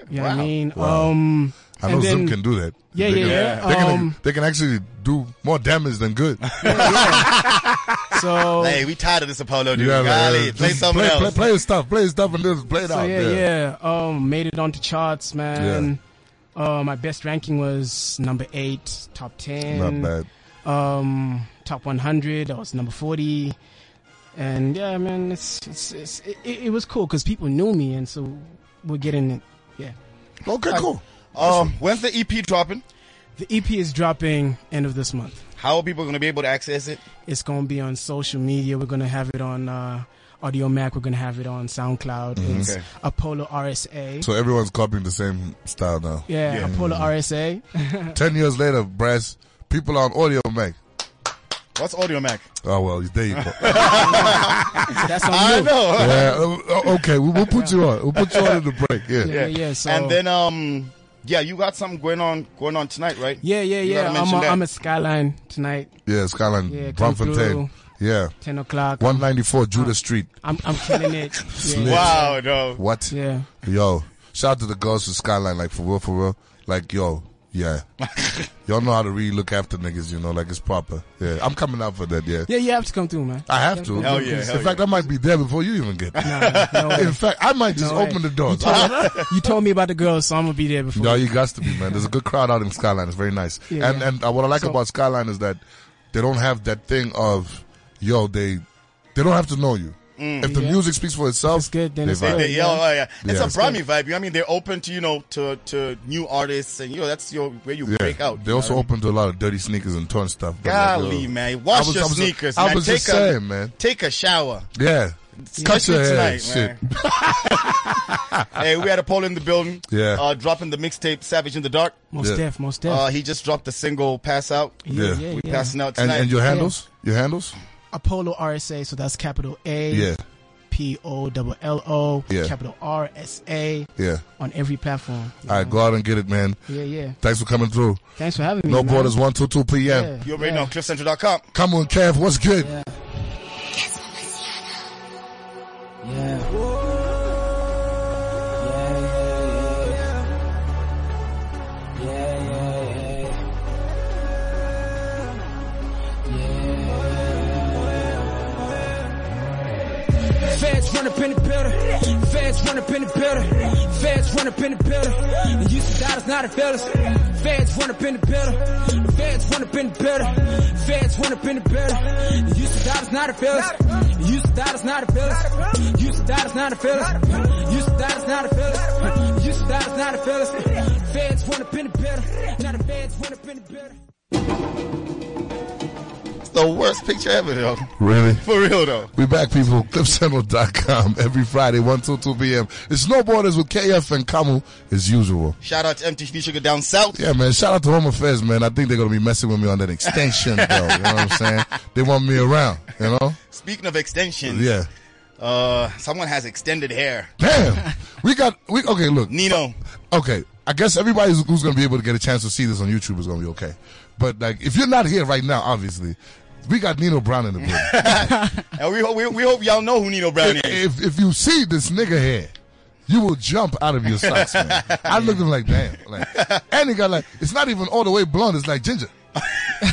Speaker 3: You know what I
Speaker 4: Wow.
Speaker 3: mean? Um,
Speaker 2: I
Speaker 3: and
Speaker 2: know
Speaker 3: then-
Speaker 2: Zim can do that.
Speaker 3: Yeah,
Speaker 2: they
Speaker 3: yeah,
Speaker 2: can,
Speaker 3: yeah.
Speaker 2: They can,
Speaker 3: Um,
Speaker 2: they can actually do more damage than good.
Speaker 3: So
Speaker 4: Hey, we tired of this Apollo dude.
Speaker 2: You gotta, uh,
Speaker 4: Golly,
Speaker 2: just
Speaker 4: play something
Speaker 2: play,
Speaker 4: else.
Speaker 2: Play, play his stuff. Play his stuff and just play it
Speaker 3: So
Speaker 2: out.
Speaker 3: yeah, yeah, Um, made it onto charts, man. Uh, my best ranking was number eight, top ten,
Speaker 2: Not bad.
Speaker 3: um, top one hundred. I was number forty, and yeah, man, it's, it's, it's it, it it was cool because people knew me, and so we're getting it. Yeah,
Speaker 2: Okay, cool.
Speaker 4: Um, when's the EP dropping?
Speaker 3: the EP is dropping end of this month.
Speaker 4: How are people going to be able to access it?
Speaker 3: It's gonna be on social media. We're gonna have it on uh, Audio Mac. We're gonna have it on SoundCloud. It's
Speaker 4: Mm-hmm. Okay.
Speaker 3: Apollo RSA.
Speaker 2: So everyone's copying the same style now.
Speaker 3: yeah,
Speaker 4: Yeah.
Speaker 3: Apollo RSA.
Speaker 2: Ten years later, brass people are on audio Mac.
Speaker 4: What's Audio Mac?
Speaker 2: Oh well, there you go.
Speaker 3: That's on
Speaker 4: I
Speaker 3: you.
Speaker 4: know.
Speaker 2: uh, yeah, uh, okay, we, we'll put you on. We'll put you on in the break.
Speaker 3: Yeah, yeah. So
Speaker 4: and then um, Yeah, you got something going on going on tonight, right?
Speaker 3: Yeah, yeah,
Speaker 4: You gotta
Speaker 3: yeah. I'm
Speaker 4: mention
Speaker 3: a,
Speaker 4: that.
Speaker 3: I'm a skyline tonight,
Speaker 2: Yeah, Skyline,
Speaker 3: Yeah, come
Speaker 2: Bromfontein.
Speaker 3: through.
Speaker 2: Yeah.
Speaker 3: ten o'clock.
Speaker 2: 194
Speaker 3: Uh-huh.
Speaker 2: Judah Street.
Speaker 3: I'm I'm killing it. Yeah.
Speaker 2: Lit.
Speaker 4: wow, no.
Speaker 2: What?
Speaker 3: Yeah.
Speaker 2: Yo, shout out to the girls from Skyline, like for real, for real. Like, yo, yeah. Y'all know how to really look after niggas, you know, like it's proper. Yeah, I'm coming out for that, yeah.
Speaker 3: Yeah, you have to come through, man.
Speaker 2: I have to.
Speaker 4: Hell yeah, hell
Speaker 2: In fact, I might be there before you even get there.
Speaker 3: No way.
Speaker 2: In fact, I might just
Speaker 3: No way.
Speaker 2: open the doors.
Speaker 3: you told me about the girls, so I'm gonna be there before.
Speaker 2: No, you got to be, man. There's a good crowd out in Skyline. It's very nice.
Speaker 3: Yeah,
Speaker 2: and
Speaker 3: yeah.
Speaker 2: and uh, what I like
Speaker 3: So-
Speaker 2: about Skyline is that they don't have that thing of, yo, they they don't have to know you. if the
Speaker 3: Yeah.
Speaker 2: music speaks for itself,
Speaker 3: It's good, then
Speaker 2: they
Speaker 3: it's
Speaker 2: vibe.
Speaker 3: good.
Speaker 4: Mm. They- yeah, oh, yeah. It's
Speaker 2: Yeah.
Speaker 4: a Brahmi vibe. You know what I mean? They're open to you know to to new artists, and you know that's your where you
Speaker 2: Yeah.
Speaker 4: break out.
Speaker 2: They
Speaker 4: you
Speaker 2: also
Speaker 4: know?
Speaker 2: open to a lot of dirty sneakers and torn stuff. But like,
Speaker 4: golly
Speaker 2: yo,
Speaker 4: man,
Speaker 2: I
Speaker 4: wash
Speaker 2: was-
Speaker 4: your
Speaker 2: I was-
Speaker 4: sneakers.
Speaker 2: I
Speaker 4: man.
Speaker 2: was
Speaker 4: take
Speaker 2: just
Speaker 4: a,
Speaker 2: saying, man.
Speaker 4: Take a shower.
Speaker 2: Yeah. Cut
Speaker 4: Especially
Speaker 2: your hair.
Speaker 4: tonight,
Speaker 2: Shit.
Speaker 4: man. hey, we had a poll in the building.
Speaker 2: Yeah.
Speaker 4: uh, dropping the mixtape "Savage in the Dark."
Speaker 3: Most
Speaker 2: Yeah.
Speaker 3: deaf, most deaf.
Speaker 4: Uh, he just dropped the single "Pass Out."
Speaker 2: yeah.
Speaker 3: yeah, yeah,
Speaker 4: We
Speaker 3: yeah.
Speaker 4: passing out
Speaker 2: And,
Speaker 4: tonight.
Speaker 2: and your handles? Your handles?
Speaker 3: Apollo RSA, so that's capital A.
Speaker 2: Yeah.
Speaker 3: P O double L O.
Speaker 2: Yeah.
Speaker 3: Capital R S A.
Speaker 2: Yeah.
Speaker 3: On every platform.
Speaker 2: All right, go out and get it, man.
Speaker 3: Yeah, yeah.
Speaker 2: Thanks for coming through.
Speaker 3: Thanks for having me.
Speaker 2: No
Speaker 3: man.
Speaker 2: borders, 1 till 2 p.m.
Speaker 3: Yeah.
Speaker 4: you already know cliffcentral.com.
Speaker 2: Come on, Kev, what's good?
Speaker 3: Yeah.
Speaker 5: Yeah. Yeah, yeah, yeah. Yeah, yeah, yeah. Feds run up in the building. Feds run up in the building. Feds run up in the building. The use of dollars, not a fellas. Feds run up in the building. The Feds run up in the building. Feds run up in the building. The use of dollars, not a fellas. The use of dollars, not a fellas. Use of dollars, not a fellas. Use of dollars, not a fellas. Use of dollars, not a fellas. Feds run up in the building. Now the feds run up in the building.
Speaker 4: It's the worst picture ever, though.
Speaker 2: Really?
Speaker 4: For real, though.
Speaker 2: We back, people. CliffCentral.com every Friday, 1 till 2 p.m. It's No Borders with KF and Kamu as usual.
Speaker 4: Shout out to MTV Sugar down south.
Speaker 2: Yeah, man. Shout out to Home Affairs, man. I think they're going to be messing with me on that extension, though. You know what I'm saying? They want me around, you know?
Speaker 4: Speaking of extensions,
Speaker 2: Yeah.
Speaker 4: uh, someone has extended hair.
Speaker 2: Damn. We got, we, okay, look.
Speaker 4: Nino,
Speaker 2: okay, I guess everybody who's, who's going to be able to get a chance to see this on YouTube is going to be okay. But like, if you're not here right now, obviously, we got Nino Brown in the building.
Speaker 4: and we hope we, we hope y'all know who Nino Brown is.
Speaker 2: if if you see this nigga here, you will jump out of your socks, man. I looked at him like, damn. Like, and he got like, it's not even all the way blonde. It's like ginger.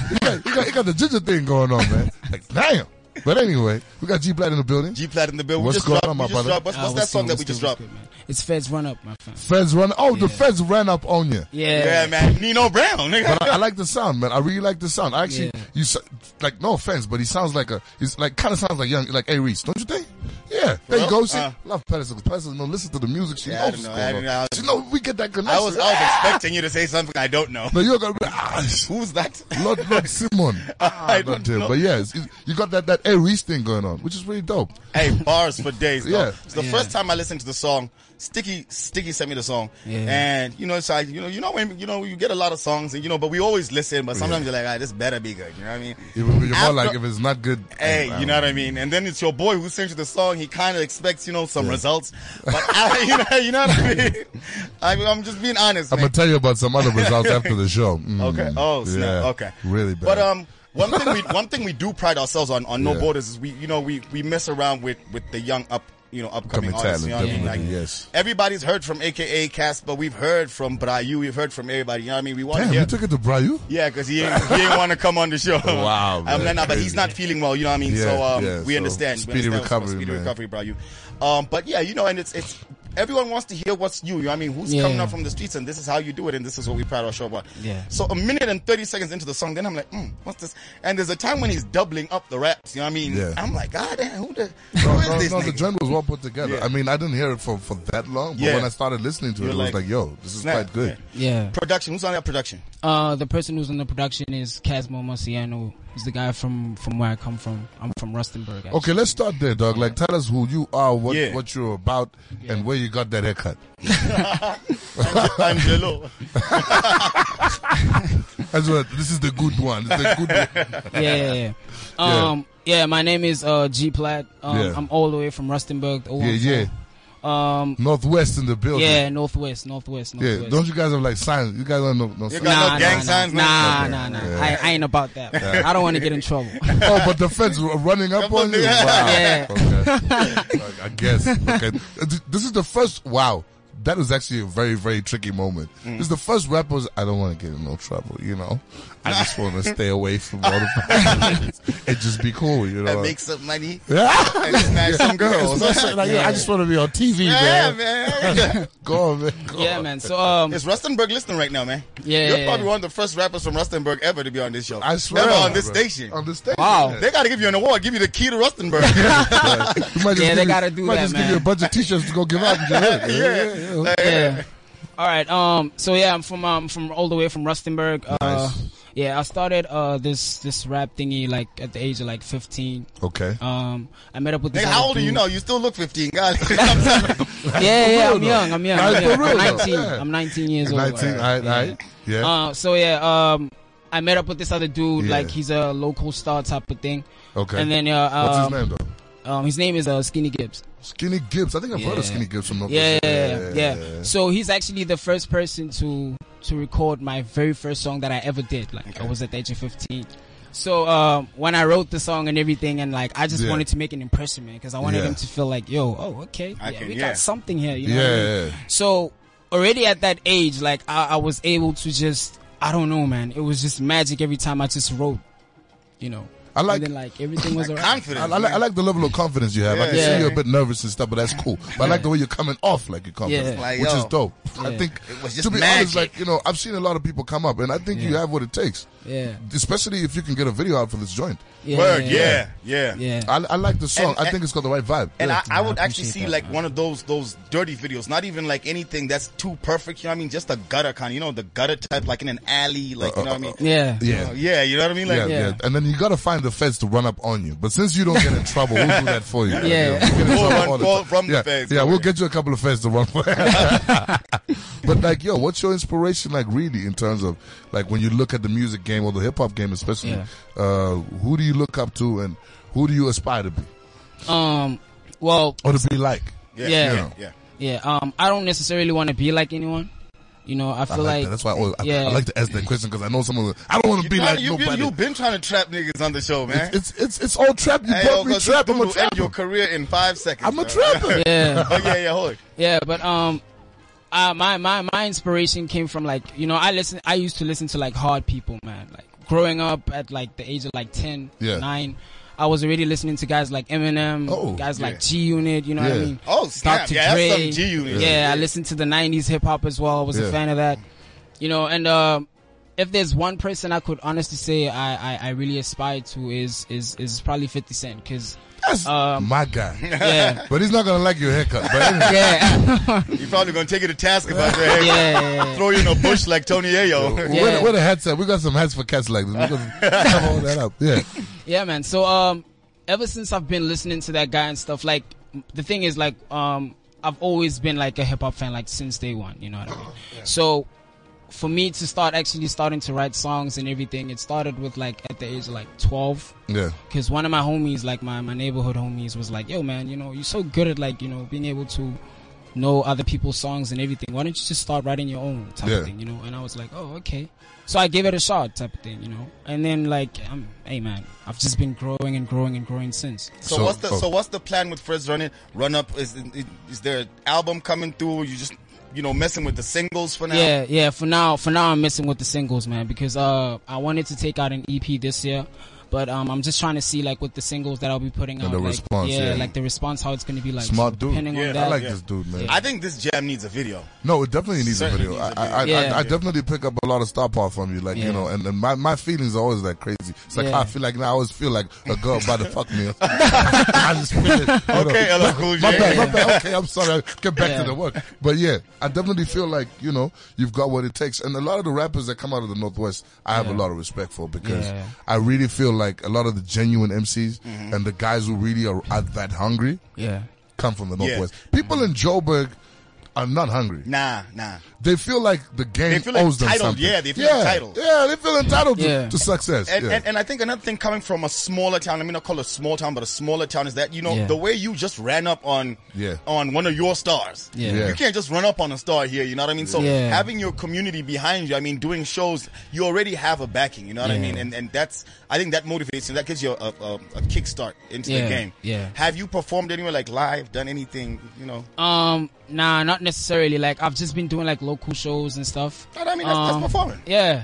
Speaker 2: he, got, he, got, he got the ginger thing going on, man. Like, damn. But anyway, we got G Blatt in the building.
Speaker 4: G Plat in the bill. We
Speaker 2: What's
Speaker 4: just
Speaker 2: going
Speaker 4: dropped,
Speaker 2: on,
Speaker 4: we
Speaker 2: my
Speaker 4: just
Speaker 2: brother?
Speaker 4: dropped- What's,
Speaker 5: Ah,
Speaker 4: what's that
Speaker 5: what's
Speaker 4: song
Speaker 5: good,
Speaker 4: that
Speaker 5: what's
Speaker 4: we just
Speaker 5: good, what's
Speaker 4: dropped?
Speaker 5: good, man? It's Feds Run Up, my friend.
Speaker 2: Feds run. Oh, the feds ran up on you.
Speaker 5: Yeah.
Speaker 4: Yeah, man. Nino Brown, nigga.
Speaker 2: But I, I like the sound, man. I really like the sound. I actually,
Speaker 5: Yeah.
Speaker 2: you s- like, no offense, but he sounds like a, he's like, kind of sounds like young, like A. Reese, don't you think? Yeah, there you
Speaker 4: Well,
Speaker 2: go. See,
Speaker 4: uh.
Speaker 2: love Pedestal. Pedestal, no, listen to the music. She
Speaker 4: Yeah, I
Speaker 2: knows
Speaker 4: don't
Speaker 2: what's
Speaker 4: know. I
Speaker 2: going
Speaker 4: don't
Speaker 2: on.
Speaker 4: know.
Speaker 2: She know we get that connection.
Speaker 4: I was I was expecting you to say something I don't know.
Speaker 2: no, you're gonna be ah,
Speaker 4: Who's that?
Speaker 2: Lord, Lord Simon. Ah,
Speaker 4: I
Speaker 2: not
Speaker 4: don't
Speaker 2: him.
Speaker 4: know.
Speaker 2: But yes, yeah, it's- you got that that A. Reese thing going on, which is really dope.
Speaker 4: hey, bars for days. though.
Speaker 2: Yeah.
Speaker 4: It's the
Speaker 5: Yeah.
Speaker 4: first time I listened to the song. Sticky, Sticky sent me the song,
Speaker 5: Yeah.
Speaker 4: and you know, so I, you know, you know, when you know, you get a lot of songs, and you know, but we always listen. But sometimes you're like, ah, this better be good. You know what I mean?
Speaker 2: Even you're more
Speaker 4: After-
Speaker 2: like if it's not good.
Speaker 4: Hey,
Speaker 2: I
Speaker 4: you
Speaker 2: don't
Speaker 4: know what I mean? And then it's your boy who sent you the song. He kind of expects, you know, some results. But I, you, know, you know what I mean? I mean I'm just being honest,
Speaker 2: I'm
Speaker 4: man.
Speaker 2: gonna tell you about some other results after the show. Mm,
Speaker 4: Okay. Oh, snap.
Speaker 2: yeah,
Speaker 4: okay.
Speaker 2: Really bad.
Speaker 4: But um, one thing we one thing we do pride ourselves on on No
Speaker 2: Yeah.
Speaker 4: Borders is we you know we we mess around with with the young up you know upcoming
Speaker 2: Upcoming
Speaker 4: artists. You know
Speaker 2: talent,
Speaker 4: what I mean? Like
Speaker 2: definitely, yes.
Speaker 4: everybody's heard from AKA Casper. We've heard from Brayu. We've heard from everybody. You know what I mean? We want
Speaker 2: damn,
Speaker 4: to hear.
Speaker 2: you took it to Brayu.
Speaker 4: yeah, because he ain't, he ain't want to come on the show.
Speaker 2: Wow,
Speaker 4: I'm
Speaker 2: man.
Speaker 4: like, nah, but he's not feeling well. You know what I mean?
Speaker 2: Yeah,
Speaker 4: so um,
Speaker 2: yeah,
Speaker 4: we
Speaker 2: so
Speaker 4: understand.
Speaker 2: speedy
Speaker 4: we understand what's-
Speaker 2: recovery,
Speaker 4: Speedy
Speaker 2: man.
Speaker 4: recovery, Brayu. Um, but yeah, you know, and it's it's everyone wants to hear what's new. You know what I mean? Who's
Speaker 5: Yeah.
Speaker 4: coming up from the streets, and this is how you do it, and this is what we pride our show about.
Speaker 5: Yeah.
Speaker 4: So a minute and 30 seconds into the song, then I'm like, mm, what's this? And there's a time when he's doubling up the raps, you know what I mean?
Speaker 2: Yeah.
Speaker 4: I'm like, God damn, who the,
Speaker 2: No,
Speaker 4: who is
Speaker 2: no,
Speaker 4: this
Speaker 2: no, the
Speaker 4: nigga?
Speaker 2: joint was well put together.
Speaker 4: Yeah.
Speaker 2: I mean, I didn't hear it for, for that long, but
Speaker 4: Yeah.
Speaker 2: when I started listening to it,
Speaker 4: You're
Speaker 2: it was
Speaker 4: like,
Speaker 2: like, yo, this is
Speaker 4: snap,
Speaker 2: quite good.
Speaker 5: Yeah.
Speaker 4: Production, who's on that production?
Speaker 5: Uh, the person who's on the production is Casmo Marciano. He's the guy from from where I come from. I'm from Rustenburg. Actually.
Speaker 2: Okay, let's start there, dog. Like, tell us who you are, what
Speaker 4: Yeah.
Speaker 2: what you're about, and where you got that haircut.
Speaker 4: Angelo.
Speaker 2: Oh, That's what, this is the good one. It's the good one.
Speaker 5: Yeah, yeah, yeah.
Speaker 2: Yeah.
Speaker 5: Um, yeah. My name is uh G Platt. Um,
Speaker 2: Yeah.
Speaker 5: I'm all the way from Rustenburg. The
Speaker 2: Yeah, yeah.
Speaker 6: Um,
Speaker 2: Northwest in the building.
Speaker 6: yeah, Northwest, Northwest, Northwest.
Speaker 2: Yeah, don't you guys have like signs? You guys don't know. No
Speaker 4: You
Speaker 2: signs.
Speaker 4: guys- no gang
Speaker 6: nah,
Speaker 4: signs, no-
Speaker 6: nah,
Speaker 4: Okay,
Speaker 6: nah, nah. I, I ain't about that. I don't want to get in trouble.
Speaker 2: oh, but the feds were running up on you.
Speaker 4: Yeah.
Speaker 2: Wow.
Speaker 6: Yeah.
Speaker 2: Okay. I- I guess. Okay. Th- This is the first. Wow. That is actually a very, very tricky moment. This is the first rappers I don't want to get in no trouble. You know, I just want to stay away from all the and just be cool. You know.
Speaker 4: And make some money
Speaker 2: yeah.
Speaker 4: and smash some girls.
Speaker 2: Especially, like, yeah, I just want to be on TV,
Speaker 4: yeah,
Speaker 2: man.
Speaker 4: man.
Speaker 2: Go on, man. Go
Speaker 6: yeah,
Speaker 2: on.
Speaker 6: man. So, um,
Speaker 4: Is Rustenburg listening right now, man?
Speaker 6: Yeah,
Speaker 4: You're
Speaker 6: yeah,
Speaker 4: probably
Speaker 6: yeah.
Speaker 4: one of the first rappers from Rustenburg ever to be on this show.
Speaker 2: I swear.
Speaker 4: Ever on
Speaker 2: bro.
Speaker 4: this
Speaker 2: Um,
Speaker 4: station.
Speaker 2: On this station.
Speaker 6: Wow.
Speaker 2: yeah.
Speaker 4: They got to give you an award. Give you the key to Rustenburg.
Speaker 2: You might just
Speaker 6: Yeah, they
Speaker 2: give you-
Speaker 6: gotta do
Speaker 2: might
Speaker 6: that,
Speaker 2: just give
Speaker 6: man.
Speaker 2: you a bunch of t-shirts to go give out. And get yeah. yeah, yeah.
Speaker 6: yeah. All right. Um. So yeah, I'm from um from all the way from Rustenburg. Uh,
Speaker 2: Nice.
Speaker 6: Yeah, I started uh this this rap thingy like at the age of like 15.
Speaker 2: Okay.
Speaker 6: Um, I met up with this.
Speaker 4: Nigga,
Speaker 6: other
Speaker 4: how old are you
Speaker 6: dude.
Speaker 4: now? You still look 15. God, I'm sorry.
Speaker 6: Yeah, yeah.
Speaker 2: real,
Speaker 6: I'm
Speaker 2: though.
Speaker 6: young. I'm young. I'm
Speaker 2: That's
Speaker 6: young.
Speaker 2: for real,
Speaker 6: I'm
Speaker 2: though.
Speaker 6: 19.
Speaker 2: Yeah.
Speaker 6: I'm 19 years old.
Speaker 2: 19, all right, all right. Yeah.
Speaker 6: Uh, so yeah, um, I met up with this other dude.
Speaker 2: Yeah.
Speaker 6: Like he's a local star type of thing.
Speaker 2: okay.
Speaker 6: And then uh, um,
Speaker 2: What's his name, though?
Speaker 6: Um, his name is uh, Skinny Gibbs.
Speaker 2: Skinny Gibbs. I think I've heard
Speaker 6: yeah.
Speaker 2: of Skinny Gibbs from North
Speaker 6: Yeah, yeah, yeah, So he's actually the first person to to record my very first song that I ever did. Like I was at the age of fifteen. So um, when I wrote the song and everything, and like I just
Speaker 2: Yeah.
Speaker 6: wanted to make an impression, man, because I wanted
Speaker 2: Yeah.
Speaker 6: him to feel like, yo, oh, okay,
Speaker 4: I
Speaker 6: yeah,
Speaker 4: can-
Speaker 6: we
Speaker 4: yeah.
Speaker 6: got something here, you know. what I mean?
Speaker 2: Yeah, yeah.
Speaker 6: So already at that age, like I, I was able to just, I don't know, man, it was just magic every time I just wrote, you know.
Speaker 2: I like-
Speaker 6: and then, like everything was alright.
Speaker 2: I,
Speaker 4: confident.
Speaker 2: I, like, I like the level of confidence you have. I can
Speaker 4: Yeah.
Speaker 2: see you're a bit nervous and stuff, but that's cool. But I like the way you're coming off like you're confident,
Speaker 6: Yeah.
Speaker 4: Like,
Speaker 2: which
Speaker 4: yo.
Speaker 2: is dope. I think
Speaker 4: It was just
Speaker 2: to be honest,
Speaker 4: magic.
Speaker 2: like you know, I've seen a lot of people come up, and I think you
Speaker 6: Yeah.
Speaker 2: have what it takes.
Speaker 6: Yeah.
Speaker 2: Especially if you can get a video out for this joint.
Speaker 6: Yeah,
Speaker 4: Word, yeah, yeah.
Speaker 6: yeah.
Speaker 2: I, I like the song.
Speaker 4: And-
Speaker 2: I think it's got the right vibe.
Speaker 4: And
Speaker 2: yeah.
Speaker 4: I, I would
Speaker 6: I
Speaker 4: actually see
Speaker 6: appreciate that,
Speaker 4: like
Speaker 6: man.
Speaker 4: one of those those dirty videos, not even like anything that's too perfect. You know what I mean? Just a gutter kind, you know, the gutter type, like in an alley, like you know what I mean?
Speaker 2: Uh,
Speaker 6: yeah.
Speaker 2: yeah.
Speaker 4: Yeah, you know what I mean? Like,
Speaker 2: Yeah, yeah, And then you gotta find the feds to run up on you. But since you don't get in trouble, we'll do that for you. Yeah. We'll get in
Speaker 4: We'll
Speaker 2: trouble
Speaker 4: run
Speaker 2: all the
Speaker 4: for-
Speaker 2: time.
Speaker 4: from the
Speaker 2: yeah.
Speaker 4: feds.
Speaker 2: Yeah,
Speaker 4: Don't
Speaker 2: we'll
Speaker 4: worry.
Speaker 2: get you a couple of feds to run for. but like, yo, what's your inspiration like really in terms of like when you look at the music game or the hip hop game especially,
Speaker 6: Yeah.
Speaker 2: uh, who do you look up to and who do you aspire to be?
Speaker 6: Um. Well,
Speaker 2: Or to be like?
Speaker 4: yeah,
Speaker 6: Yeah.
Speaker 4: yeah, yeah.
Speaker 6: Yeah, um, I don't necessarily want to be like anyone. You know, I
Speaker 2: I
Speaker 6: feel
Speaker 2: like,
Speaker 6: like,
Speaker 2: that. That's why I, always, I-
Speaker 6: yeah.
Speaker 2: I, like to ask that question because I know someone. I don't want to be
Speaker 4: You,
Speaker 2: like
Speaker 4: you,
Speaker 2: nobody.
Speaker 4: have been trying to trap niggas on the show, man.
Speaker 2: it's, it's it's all trap. You
Speaker 4: Hey, yo,
Speaker 2: brought me
Speaker 4: 'cause
Speaker 2: trap.
Speaker 4: this
Speaker 2: I'm a
Speaker 4: dude will end your
Speaker 2: trapper.
Speaker 4: career in five seconds.
Speaker 2: I'm a
Speaker 4: bro.
Speaker 2: trapper.
Speaker 6: yeah,
Speaker 4: oh yeah, yeah, hold it.
Speaker 6: yeah, but um, uh, my my my inspiration came from like you know I listen I used to listen to like hard people, man. Like growing up at like the age of like 10,
Speaker 2: Yeah.
Speaker 6: 9, I was already listening to guys like Eminem,
Speaker 2: Oh,
Speaker 6: guys
Speaker 4: yeah.
Speaker 6: like G Unit. You know what
Speaker 2: Yeah.
Speaker 6: I mean?
Speaker 4: Oh snap!
Speaker 6: Dr.
Speaker 4: Yeah,
Speaker 6: Dre.
Speaker 4: that's some G unit.
Speaker 6: Yeah, I listened to the '90s hip hop as well. I was
Speaker 2: Yeah.
Speaker 6: a fan of that. You know, and um if there's one person I could honestly say I, I, I really aspire to is is is probably 50 Cent because
Speaker 2: That's
Speaker 6: Um,
Speaker 2: my guy.
Speaker 6: yeah.
Speaker 2: But he's not gonna like your haircut. But anyway,
Speaker 6: Yeah.
Speaker 4: You're probably gonna take it to task about your head.
Speaker 6: yeah,
Speaker 4: Throw you in a bush like Tony Ayo.
Speaker 6: Yeah.
Speaker 2: where, the- where the hats at? We got some hats for cats like this. We got cover all that up. Yeah,
Speaker 6: yeah, man. So, um, ever since I've been listening to that guy and stuff, like, the thing is, like, um, I've always been like a hip hop fan, like since day one. You know what I mean? So, for me to start actually starting to write songs and everything, it started with like at the age of like 12.
Speaker 2: yeah.
Speaker 6: Cause one of my homies, like my, my neighborhood homies was like, yo man, you know, you're so good at like, you know, being able to know other people's songs and everything. Why don't you just start writing your own type
Speaker 2: Yeah.
Speaker 6: of thing, you know? And I was like, oh, okay. So I gave it a shot type of thing, you know? And then like, i hey man, I've just been growing and growing and growing since.
Speaker 4: So,
Speaker 2: So-
Speaker 4: what's the
Speaker 2: oh.
Speaker 4: so what's the plan with Frizz running run up? Is is there an album coming through? You just you know messing with the singles for now.
Speaker 6: Yeah, yeah. For now, for now, I'm messing with the singles, man, because uh, I wanted to take out an EP this year, but um, I'm just trying to see like with the singles that I'll be putting out,
Speaker 2: the
Speaker 6: like,
Speaker 2: response, yeah.
Speaker 6: like the response, how it's gonna be like.
Speaker 2: Smart
Speaker 6: So
Speaker 2: dude.
Speaker 6: Depending
Speaker 4: Yeah,
Speaker 6: on
Speaker 2: I
Speaker 6: that,
Speaker 2: like
Speaker 4: yeah.
Speaker 2: this dude, man.
Speaker 4: I think this jam needs a video.
Speaker 2: No, it definitely needs a
Speaker 4: Certainly
Speaker 2: video.
Speaker 4: needs a
Speaker 2: I, I,
Speaker 4: video.
Speaker 2: I,
Speaker 6: Yeah.
Speaker 2: I, I definitely pick up a lot of star power from you, like you
Speaker 6: Yeah.
Speaker 2: know, and, and my, my feelings are always like crazy. It's like
Speaker 6: Yeah.
Speaker 2: how I feel like now. I always feel like a girl about to fuck me. I just feel it. Hold
Speaker 4: Okay,
Speaker 2: on.
Speaker 4: LL Cool
Speaker 2: my
Speaker 4: J.
Speaker 2: bad, my bad. Okay, I'm sorry. I'll get back
Speaker 6: Yeah.
Speaker 2: to the work. But yeah, I definitely feel like you know you've got what it takes, and a lot of the rappers that come out of the northwest, I have a lot of respect for because
Speaker 6: Yeah.
Speaker 2: I really feel like a lot of the genuine MCs
Speaker 4: Mm-hmm.
Speaker 2: and the guys who really are, are that hungry
Speaker 6: yeah.
Speaker 2: come from the
Speaker 4: Yeah.
Speaker 2: northwest. People in Joburg are not hungry.
Speaker 4: Nah, nah.
Speaker 2: They feel like the game
Speaker 4: They feel like
Speaker 2: owes them
Speaker 4: entitled,
Speaker 2: something.
Speaker 4: yeah, they feel
Speaker 2: yeah,
Speaker 4: entitled.
Speaker 2: Yeah, they feel entitled
Speaker 7: Yeah.
Speaker 2: to, to success.
Speaker 4: And,
Speaker 2: yeah.
Speaker 4: and, and I think another thing coming from a smaller town, I mean, I call it a small town, but a smaller town is that, you know,
Speaker 7: Yeah.
Speaker 4: the way you just ran up on
Speaker 2: Yeah.
Speaker 4: on one of your stars.
Speaker 7: Yeah.
Speaker 2: Yeah.
Speaker 4: You can't just run up on a star here, you know what I mean? So
Speaker 7: Yeah.
Speaker 4: having your community behind you, I mean, doing shows, you already have a backing, you know what I
Speaker 7: Yeah.
Speaker 4: mean? And and that's, I think that motivates you. That gives you a, a, a kickstart into
Speaker 7: Yeah.
Speaker 4: the game.
Speaker 7: Yeah.
Speaker 4: Have you performed anywhere, like live, done anything, you know?
Speaker 7: Um, nah, not necessarily. Like I've just been doing like local shows and stuff.
Speaker 4: But I mean, that's- that's
Speaker 7: Um,
Speaker 4: performing.
Speaker 7: Yeah.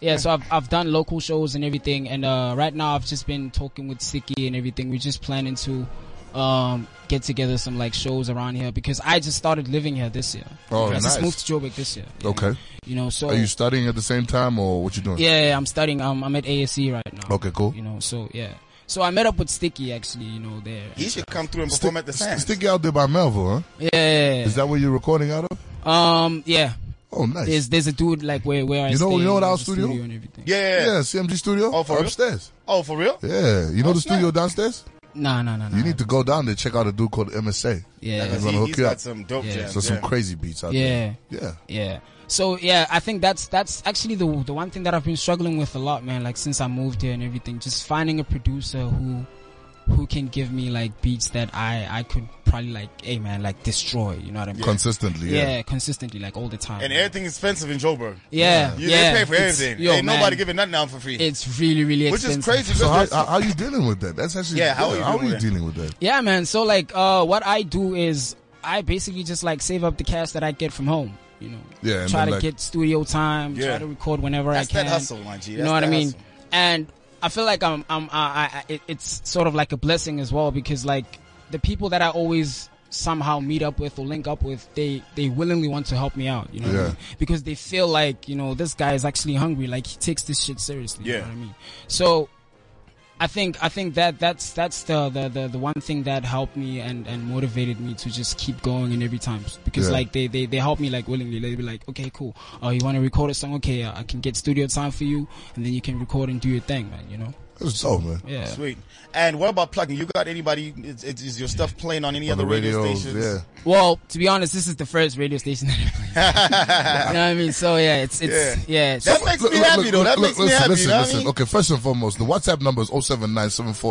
Speaker 7: Yeah, so I've, I've done local shows and everything, and uh, right now I've just been talking with Sticky and everything. We're just planning to um, get together some like shows around here because I just started living here this year.
Speaker 2: Oh,
Speaker 7: I
Speaker 2: nice.
Speaker 7: just moved to Joburg this year. you
Speaker 2: Okay.
Speaker 7: know? you know, so
Speaker 2: Are you studying at the same time or what you doing?
Speaker 7: yeah, yeah, I'm studying. Um, I'm at ASC right now.
Speaker 2: Okay, cool.
Speaker 7: You know, so yeah, so I met up with Sticky actually. You know, there.
Speaker 4: He should come through and
Speaker 2: Stick,
Speaker 4: perform at the
Speaker 2: st-
Speaker 4: Sands.
Speaker 2: stick out there by Melville, huh?
Speaker 7: Yeah, yeah,
Speaker 2: Is that where you're recording out of?
Speaker 7: yeah. Um, yeah.
Speaker 2: Oh, nice.
Speaker 7: There's there's a dude like where where I
Speaker 2: You know-
Speaker 7: stay,
Speaker 2: you know what
Speaker 7: there's
Speaker 2: our
Speaker 7: a
Speaker 2: studio?
Speaker 7: and everything.
Speaker 4: yeah.
Speaker 2: yeah. CMG studio
Speaker 4: Oh, for real?
Speaker 2: upstairs.
Speaker 4: Oh, for real?
Speaker 2: Yeah, you know the
Speaker 4: snap.
Speaker 2: studio downstairs.
Speaker 7: Nah, nah, nah, nah.
Speaker 2: You need to go down there check out a dude called MSA.
Speaker 7: Yeah.
Speaker 2: he's
Speaker 4: Because
Speaker 2: gonna
Speaker 4: he,
Speaker 2: hook
Speaker 4: has
Speaker 2: you
Speaker 4: got
Speaker 2: up.
Speaker 4: some dope
Speaker 7: Yeah.
Speaker 4: jams.
Speaker 2: So some
Speaker 4: yeah.
Speaker 2: crazy beats out
Speaker 7: Yeah.
Speaker 2: there. Yeah,
Speaker 7: Yeah. So yeah, I think that's that's actually the the one thing that I've been struggling with a lot, man. Like since I moved here and everything, just finding a producer who who can give me like beats that I I could probably like, hey man, like destroy. You know what I mean?
Speaker 2: consistently.
Speaker 7: yeah.
Speaker 2: Yeah.
Speaker 7: consistently, like all the time.
Speaker 4: And everything is expensive in Joburg.
Speaker 7: Yeah,
Speaker 4: You,
Speaker 7: yeah.
Speaker 4: They pay for
Speaker 7: It's-
Speaker 4: everything.
Speaker 7: yo,
Speaker 4: Ain't nobody
Speaker 7: man,
Speaker 4: giving nothing out for free.
Speaker 7: It's really really
Speaker 4: which
Speaker 7: expensive.
Speaker 4: is crazy.
Speaker 2: So how,
Speaker 4: because
Speaker 2: how, how you dealing with that? That's actually
Speaker 4: Yeah, how are you dealing with that?
Speaker 2: dealing with that?
Speaker 7: Yeah, man. So like, uh, what I do is I basically just like save up the cash that I get from home. You know,
Speaker 2: Yeah, and
Speaker 7: try
Speaker 2: then,
Speaker 7: to
Speaker 2: like-
Speaker 7: get studio time.
Speaker 4: Yeah.
Speaker 7: Try to record whenever
Speaker 4: That's
Speaker 7: I can.
Speaker 4: that hustle, my G.
Speaker 7: You
Speaker 4: That's
Speaker 7: know what
Speaker 4: that
Speaker 7: I mean?
Speaker 4: hustle.
Speaker 7: And I feel like I'm, I'm, I, I, it, it's sort of like a blessing as well because like the people that I always somehow meet up with or link up with, they, they willingly want to help me out. You know, what I
Speaker 2: Yeah.
Speaker 7: mean? because they feel like you know this guy is actually hungry. Like he takes this shit seriously. You
Speaker 4: Yeah.
Speaker 7: know what I mean? So I think I think that that's that's the, the, the, the one thing that helped me and, and motivated me to just keep going and every time because
Speaker 2: Yeah.
Speaker 7: like they, they they help me like willingly they be like okay cool oh you want to record a song okay uh, I can get studio time for you and then you can record and do your thing man you know
Speaker 2: That's dope, man.
Speaker 7: yeah
Speaker 4: Sweet. And what about plugging? You got anybody? Is, is is your stuff playing on
Speaker 2: On
Speaker 4: any other
Speaker 2: the
Speaker 4: radio
Speaker 2: radios,
Speaker 4: stations?
Speaker 2: yeah.
Speaker 7: well to be honest this is the first radio station that I play. you know what I mean so yeah it's it's yeah, it's,
Speaker 4: That makes me happy, though. That makes me
Speaker 2: listen,
Speaker 4: happy.
Speaker 2: Listen,
Speaker 4: you know what I
Speaker 2: listen.
Speaker 4: mean?
Speaker 2: Okay, first and foremost, the WhatsApp number is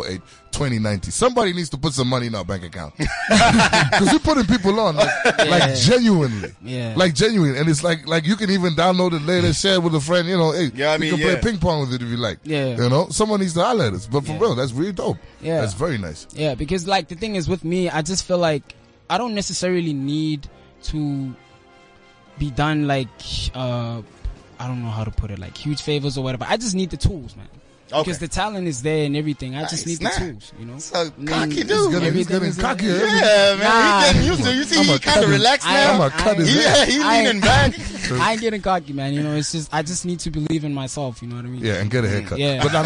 Speaker 2: 079-748-2090. Somebody needs to put some money in our bank account. Because we're putting people on, like, like genuinely.
Speaker 7: Yeah.
Speaker 2: Like genuine. And it's like, like you can even download it later, share it with a friend, you know, hey,
Speaker 4: Yeah, I
Speaker 2: you
Speaker 4: mean,
Speaker 2: can play
Speaker 4: yeah.
Speaker 2: ping pong with it if you like.
Speaker 7: Yeah.
Speaker 2: You know, someone needs to holler at us. But for
Speaker 7: Yeah.
Speaker 2: real, that's really dope.
Speaker 7: Yeah.
Speaker 2: That's very nice.
Speaker 7: Yeah, because like the thing is with me, I just feel like I don't necessarily need to be done like uh I don't know how to put it, like huge favors or whatever. I just need the tools, man.
Speaker 4: Okay.
Speaker 7: Because the talent is there and everything. I just
Speaker 4: Nice, nah.
Speaker 7: need the tools, you know.
Speaker 4: So
Speaker 7: And then
Speaker 4: cocky
Speaker 2: He's
Speaker 4: dude.
Speaker 2: getting, he's
Speaker 7: everything
Speaker 2: getting
Speaker 7: is-
Speaker 2: cocky.
Speaker 4: yeah,
Speaker 2: every-
Speaker 4: man.
Speaker 7: Nah.
Speaker 4: He getting used to. You see,
Speaker 2: I'm
Speaker 4: he
Speaker 2: a
Speaker 4: kind
Speaker 2: cut
Speaker 4: of
Speaker 2: his-
Speaker 4: relaxed
Speaker 7: I-
Speaker 4: now.
Speaker 2: I'm a cut his
Speaker 7: I-
Speaker 4: yeah, he
Speaker 7: I-
Speaker 4: leaning back.
Speaker 7: I ain't getting cocky, man. You know, it's just I just need to believe in myself. You know what I mean?
Speaker 2: Yeah, and get a haircut.
Speaker 7: Yeah.
Speaker 2: But, I'm-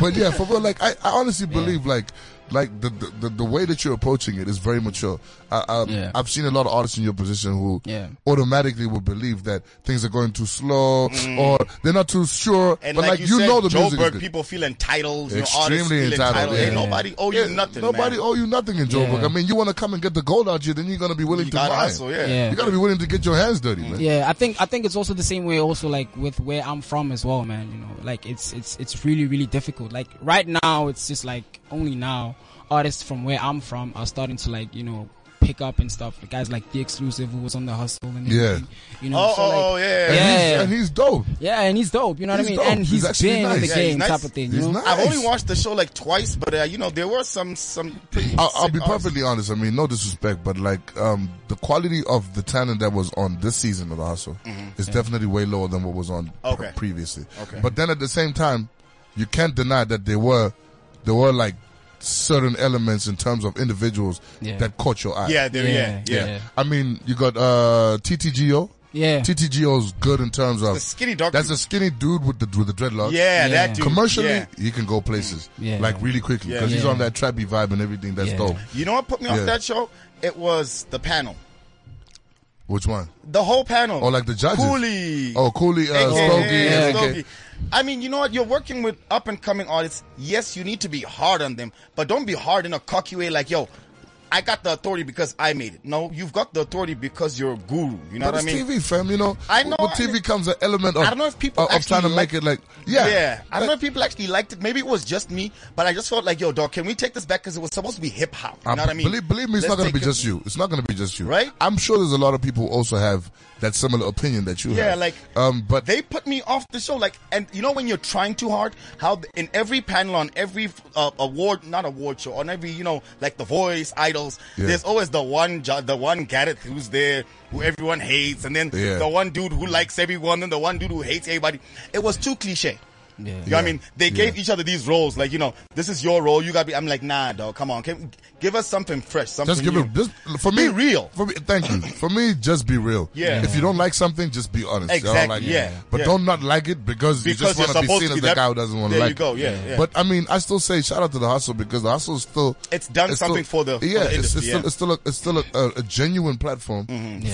Speaker 2: but yeah, for real, like I, I honestly believe like like the, the the- the way that you're approaching it is very mature. I, I um,
Speaker 7: Yeah.
Speaker 2: I've seen a lot of artists in your position who
Speaker 7: Yeah.
Speaker 2: automatically would believe that things are going too slow or they're not too sure.
Speaker 4: Mm. And
Speaker 2: but
Speaker 4: like,
Speaker 2: like
Speaker 4: you,
Speaker 2: you,
Speaker 4: said,
Speaker 2: know the music is
Speaker 4: Joburg
Speaker 2: good.
Speaker 4: people feel entitled. You know, artists
Speaker 2: Extremely
Speaker 4: feel
Speaker 2: entitled, yeah.
Speaker 4: Ain't nobody owe you
Speaker 2: Yeah,
Speaker 4: nothing.
Speaker 2: Nobody
Speaker 4: man.
Speaker 2: owe you nothing in Joburg.
Speaker 7: Yeah.
Speaker 2: I mean, you want to come and get the gold out here, then you're gonna be willing
Speaker 4: You
Speaker 2: to
Speaker 4: gotta
Speaker 2: grind.
Speaker 4: hustle, yeah.
Speaker 7: Yeah.
Speaker 2: You gotta be willing to get your hands dirty, man.
Speaker 7: Yeah, I think I think it's also the same way also like with where I'm from as well, man. You know, like it's it's it's really really difficult. Like right now, it's just like only now artists from where I'm from are starting to like you know pick up and stuff. The guys like the exclusive who was on the hustle and
Speaker 2: Yeah.
Speaker 7: everything, you know.
Speaker 4: Oh,
Speaker 7: so, like,
Speaker 4: oh, yeah.
Speaker 2: And, He's,
Speaker 7: Yeah.
Speaker 2: and he's dope.
Speaker 7: yeah, and he's dope. You know what
Speaker 2: He's
Speaker 7: I mean?
Speaker 2: dope.
Speaker 7: And
Speaker 2: He's
Speaker 7: he's
Speaker 2: actually
Speaker 7: been in the
Speaker 2: nice. Yeah,
Speaker 4: he's
Speaker 7: game
Speaker 4: nice.
Speaker 7: type of thing.
Speaker 2: He's
Speaker 7: you know?
Speaker 2: nice.
Speaker 4: I've only watched the show like twice, but uh, you know there were some some. pretty
Speaker 2: I'll, I'll
Speaker 4: sick
Speaker 2: be
Speaker 4: artists.
Speaker 2: perfectly honest. I mean, no disrespect, but like um, the quality of the talent that was on this season of the Hustle is definitely way lower than what was on pre-
Speaker 4: Mm-hmm. Okay.
Speaker 2: previously.
Speaker 4: Okay.
Speaker 2: But then at the same time, you can't deny that there were there were like certain elements in terms of individuals
Speaker 7: Yeah.
Speaker 2: that caught your eye.
Speaker 4: uh, Yeah, there, yeah,
Speaker 7: Yeah,
Speaker 4: yeah.
Speaker 7: yeah.
Speaker 2: I mean, you got uh, TTGO.
Speaker 7: Yeah,
Speaker 2: TTGO's good in terms of
Speaker 4: The skinny dark.
Speaker 2: that's a
Speaker 4: dude.
Speaker 2: skinny dude with the with the dreadlocks.
Speaker 4: yeah,
Speaker 7: Yeah.
Speaker 4: that dude.
Speaker 2: Commercially,
Speaker 4: yeah.
Speaker 2: he can go places
Speaker 7: Yeah.
Speaker 2: like really quickly
Speaker 4: Yeah.
Speaker 2: because he's
Speaker 7: Yeah.
Speaker 2: on that trappy vibe and everything. That's
Speaker 7: Yeah.
Speaker 2: dope.
Speaker 4: You know what put me off
Speaker 2: Yeah.
Speaker 4: that show? It was the panel.
Speaker 2: Which one?
Speaker 4: The whole panel.
Speaker 2: Oh, like the judges.
Speaker 4: Cooley.
Speaker 2: Oh, Cooley, uh,
Speaker 4: AKA,
Speaker 2: Stogie,
Speaker 4: yeah,
Speaker 2: yeah, okay.
Speaker 4: Stogie. I mean, you know what? You're working with up and coming artists. Yes, you need to be hard on them, but don't be hard in a cocky way like, yo, I got the authority because I made it. No, you've got the authority because you're a guru. You know
Speaker 2: But
Speaker 4: what I
Speaker 2: it's
Speaker 4: mean?
Speaker 2: TV, fam. You know,
Speaker 4: I know,
Speaker 2: With
Speaker 4: I-
Speaker 2: TV comes an element of
Speaker 4: I don't know if people
Speaker 2: of- of
Speaker 4: actually
Speaker 2: trying to
Speaker 4: like-
Speaker 2: make it like yeah,
Speaker 4: I don't know if people actually liked it. Maybe it was just me, but I just felt like, yo, dog, can we take this back? Because it was supposed to be hip hop. You know what I mean?
Speaker 2: Ah, Believe, believe me, it's
Speaker 4: Let's
Speaker 2: not going
Speaker 4: take
Speaker 2: to be
Speaker 4: it-
Speaker 2: just you. It's not going to be just you,
Speaker 4: Right?
Speaker 2: I'm sure there's a lot of people who also have that similar opinion that you
Speaker 4: Yeah,
Speaker 2: have.
Speaker 4: like,
Speaker 2: um, but
Speaker 4: They put me off the show, like, and you know when you're trying too hard, how th- in every panel on every uh, award, not award show, on every you know like The Voice, Idols,
Speaker 2: Yeah.
Speaker 4: there's always the one, jo- the one Gareth who's there, who everyone hates, and then
Speaker 2: Yeah.
Speaker 4: the one dude who likes everyone, and the one dude who hates everybody. It was too cliche.
Speaker 7: Yeah.
Speaker 4: You know what I mean? They gave each other these roles, like you know, this is your role. You got to be. I'm like, nah, dog. Come on, can, give us something fresh, something.
Speaker 2: just give
Speaker 4: new.
Speaker 2: it. Just, for me,
Speaker 4: Be real.
Speaker 2: For me, thank you. For me, just be real.
Speaker 4: Yeah.
Speaker 2: If you don't like something, just be honest. I don't
Speaker 4: Exactly,
Speaker 2: like it.
Speaker 4: yeah,
Speaker 2: But
Speaker 4: yeah.
Speaker 2: don't not like it because,
Speaker 4: Because
Speaker 2: you
Speaker 4: you're
Speaker 2: just want to be
Speaker 4: supposed
Speaker 2: seen as
Speaker 4: to be
Speaker 2: the
Speaker 4: that-
Speaker 2: guy who doesn't want to
Speaker 4: There
Speaker 2: like
Speaker 4: you go,
Speaker 2: it.
Speaker 4: yeah, yeah.
Speaker 2: But I mean, I still say shout out to the hustle because the hustle is still
Speaker 4: It's done something for the- for
Speaker 2: yeah.
Speaker 4: the
Speaker 2: it's,
Speaker 4: industry,
Speaker 2: it's
Speaker 4: yeah. Mm-hmm.
Speaker 2: still it's still a, it's still a, a, a genuine platform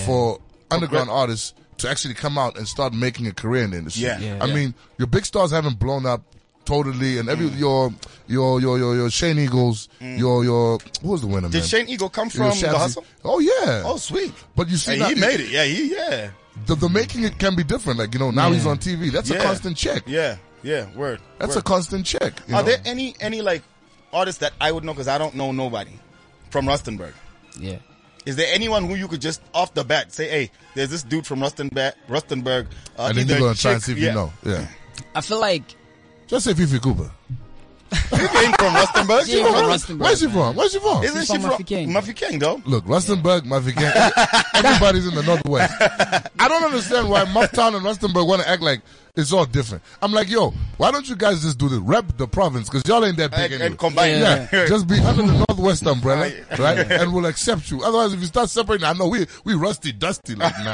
Speaker 2: for underground artists to actually come out and start making a career in the industry.
Speaker 4: Yeah. Yeah.
Speaker 2: I
Speaker 7: Yeah.
Speaker 2: mean, your big stars haven't blown up totally, and
Speaker 4: Mm.
Speaker 2: every your your your your your Shane Eagles, your your who was the winner?
Speaker 4: Did
Speaker 2: man?
Speaker 4: Shane Eagle come
Speaker 2: Your
Speaker 4: from the
Speaker 2: Shabzi.
Speaker 4: hustle?
Speaker 2: Oh yeah.
Speaker 4: Oh, sweet.
Speaker 2: but you see
Speaker 4: Hey,
Speaker 2: that
Speaker 4: he made it. Yeah, he yeah.
Speaker 2: The, the making it can be different. Like you know, now he's on TV. That's a
Speaker 4: Yeah.
Speaker 2: constant check.
Speaker 4: Yeah, yeah, word.
Speaker 2: That's a
Speaker 4: word.
Speaker 2: constant check. you
Speaker 4: Are
Speaker 2: know.
Speaker 4: there any any like artists that I would know? Because I don't know nobody from Rustenburg.
Speaker 7: Yeah.
Speaker 4: Is there anyone who you could just off the bat say, "Hey, there's this dude from Rustenburg, Rustenburg." Uh,
Speaker 2: and then
Speaker 4: either
Speaker 2: you're gonna try
Speaker 4: chick-
Speaker 2: and see if
Speaker 4: yeah.
Speaker 2: you know. Yeah.
Speaker 7: I feel like
Speaker 2: Just say Fifi Cooper.
Speaker 4: She came from Rustenburg.
Speaker 7: She from Rustenburg,
Speaker 2: Where's she
Speaker 7: man.
Speaker 2: from? Where's she from?
Speaker 4: Isn't
Speaker 7: She's
Speaker 4: she
Speaker 7: from
Speaker 4: from
Speaker 7: Mafeking.
Speaker 4: Mafeking, though?
Speaker 2: Look, Rustenburg, Mafeking, e-, everybody's in the Northwest. I don't understand why Mufftown and Rustenburg want to act like it's all different. I'm like, yo, why don't you guys just do this? Rep the province, because y'all ain't that big
Speaker 4: And,
Speaker 2: anyway.
Speaker 4: and combined.
Speaker 2: Yeah, just be under the Northwest umbrella,
Speaker 4: Right.
Speaker 2: right? And we'll accept you. Otherwise, if you start separating, I know we we rusty dusty like nah.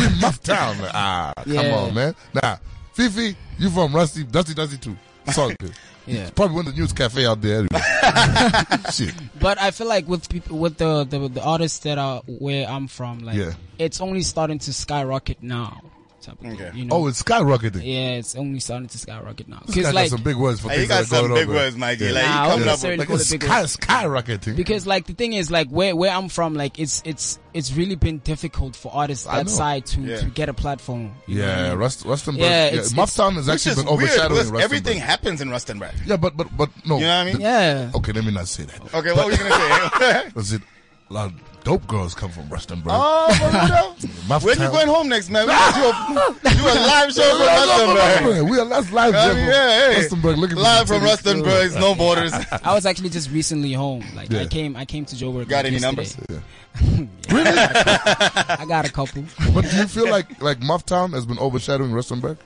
Speaker 2: we Mufftown. Like, ah, come
Speaker 7: Yeah.
Speaker 2: on, man. Nah, Fifi, you from rusty dusty dusty too? It's all good.
Speaker 7: Yeah.
Speaker 2: Probably went to news cafe out there. Anyway. Shit.
Speaker 7: But I feel like with people, with the, the the artists that are where I'm from, like
Speaker 2: Yeah.
Speaker 7: it's only starting to skyrocket now. Type of
Speaker 4: Okay.
Speaker 7: thing, you know?
Speaker 2: Oh, it's skyrocketing.
Speaker 7: yeah, it's only starting to skyrocket now.
Speaker 2: This guy
Speaker 7: Because like,
Speaker 2: got some big words for
Speaker 4: Hey,
Speaker 2: things
Speaker 4: you got
Speaker 2: that are
Speaker 4: some
Speaker 2: going
Speaker 4: big
Speaker 2: on,
Speaker 4: words,
Speaker 2: bro.
Speaker 4: Mikey.
Speaker 2: Yeah.
Speaker 4: Like,
Speaker 7: Nah,
Speaker 4: you
Speaker 7: I
Speaker 4: coming up
Speaker 7: wouldn't
Speaker 4: with
Speaker 7: necessarily
Speaker 2: Like
Speaker 7: call
Speaker 2: it's
Speaker 7: it big
Speaker 2: sky,
Speaker 7: words.
Speaker 2: skyrocketing.
Speaker 7: because like the thing is like where where I'm from, like it's it's it's really been difficult for artists
Speaker 2: I know.
Speaker 7: outside to
Speaker 4: Yeah.
Speaker 7: to get a platform. you know what I
Speaker 2: yeah,
Speaker 7: mean?
Speaker 2: Rust, Rustenburg.
Speaker 7: Yeah,
Speaker 2: Yeah,
Speaker 7: it's-
Speaker 2: Mufftown has
Speaker 4: which
Speaker 2: actually
Speaker 4: is
Speaker 2: been
Speaker 4: weird
Speaker 2: overshadowing
Speaker 4: because
Speaker 2: Rustenburg.
Speaker 4: everything happens in Rustenburg.
Speaker 2: Yeah, but but but no.
Speaker 4: You know what I mean?
Speaker 2: The-
Speaker 7: yeah.
Speaker 2: Okay, let me not say that.
Speaker 4: Okay, what were you gonna say?
Speaker 2: Was it? A lot of dope girls come from Rustenburg.
Speaker 4: Oh, for real?
Speaker 2: Mufftown.
Speaker 4: When you going home next, man? We got you a, you a live show from Rustenburg.
Speaker 2: We are that's live
Speaker 4: I
Speaker 2: there
Speaker 4: mean,
Speaker 2: from
Speaker 4: yeah, hey.
Speaker 2: Rustenburg. Look at
Speaker 4: Live
Speaker 2: these
Speaker 4: from
Speaker 2: titties.
Speaker 4: Rustenburg, it's no borders.
Speaker 7: I was actually just recently home. Like
Speaker 2: Yeah.
Speaker 7: I came I came to Joe Work.
Speaker 4: Got any
Speaker 7: yesterday.
Speaker 4: numbers?
Speaker 7: I got a couple.
Speaker 2: But do you feel like like Mufftown has been overshadowing Rustenburg?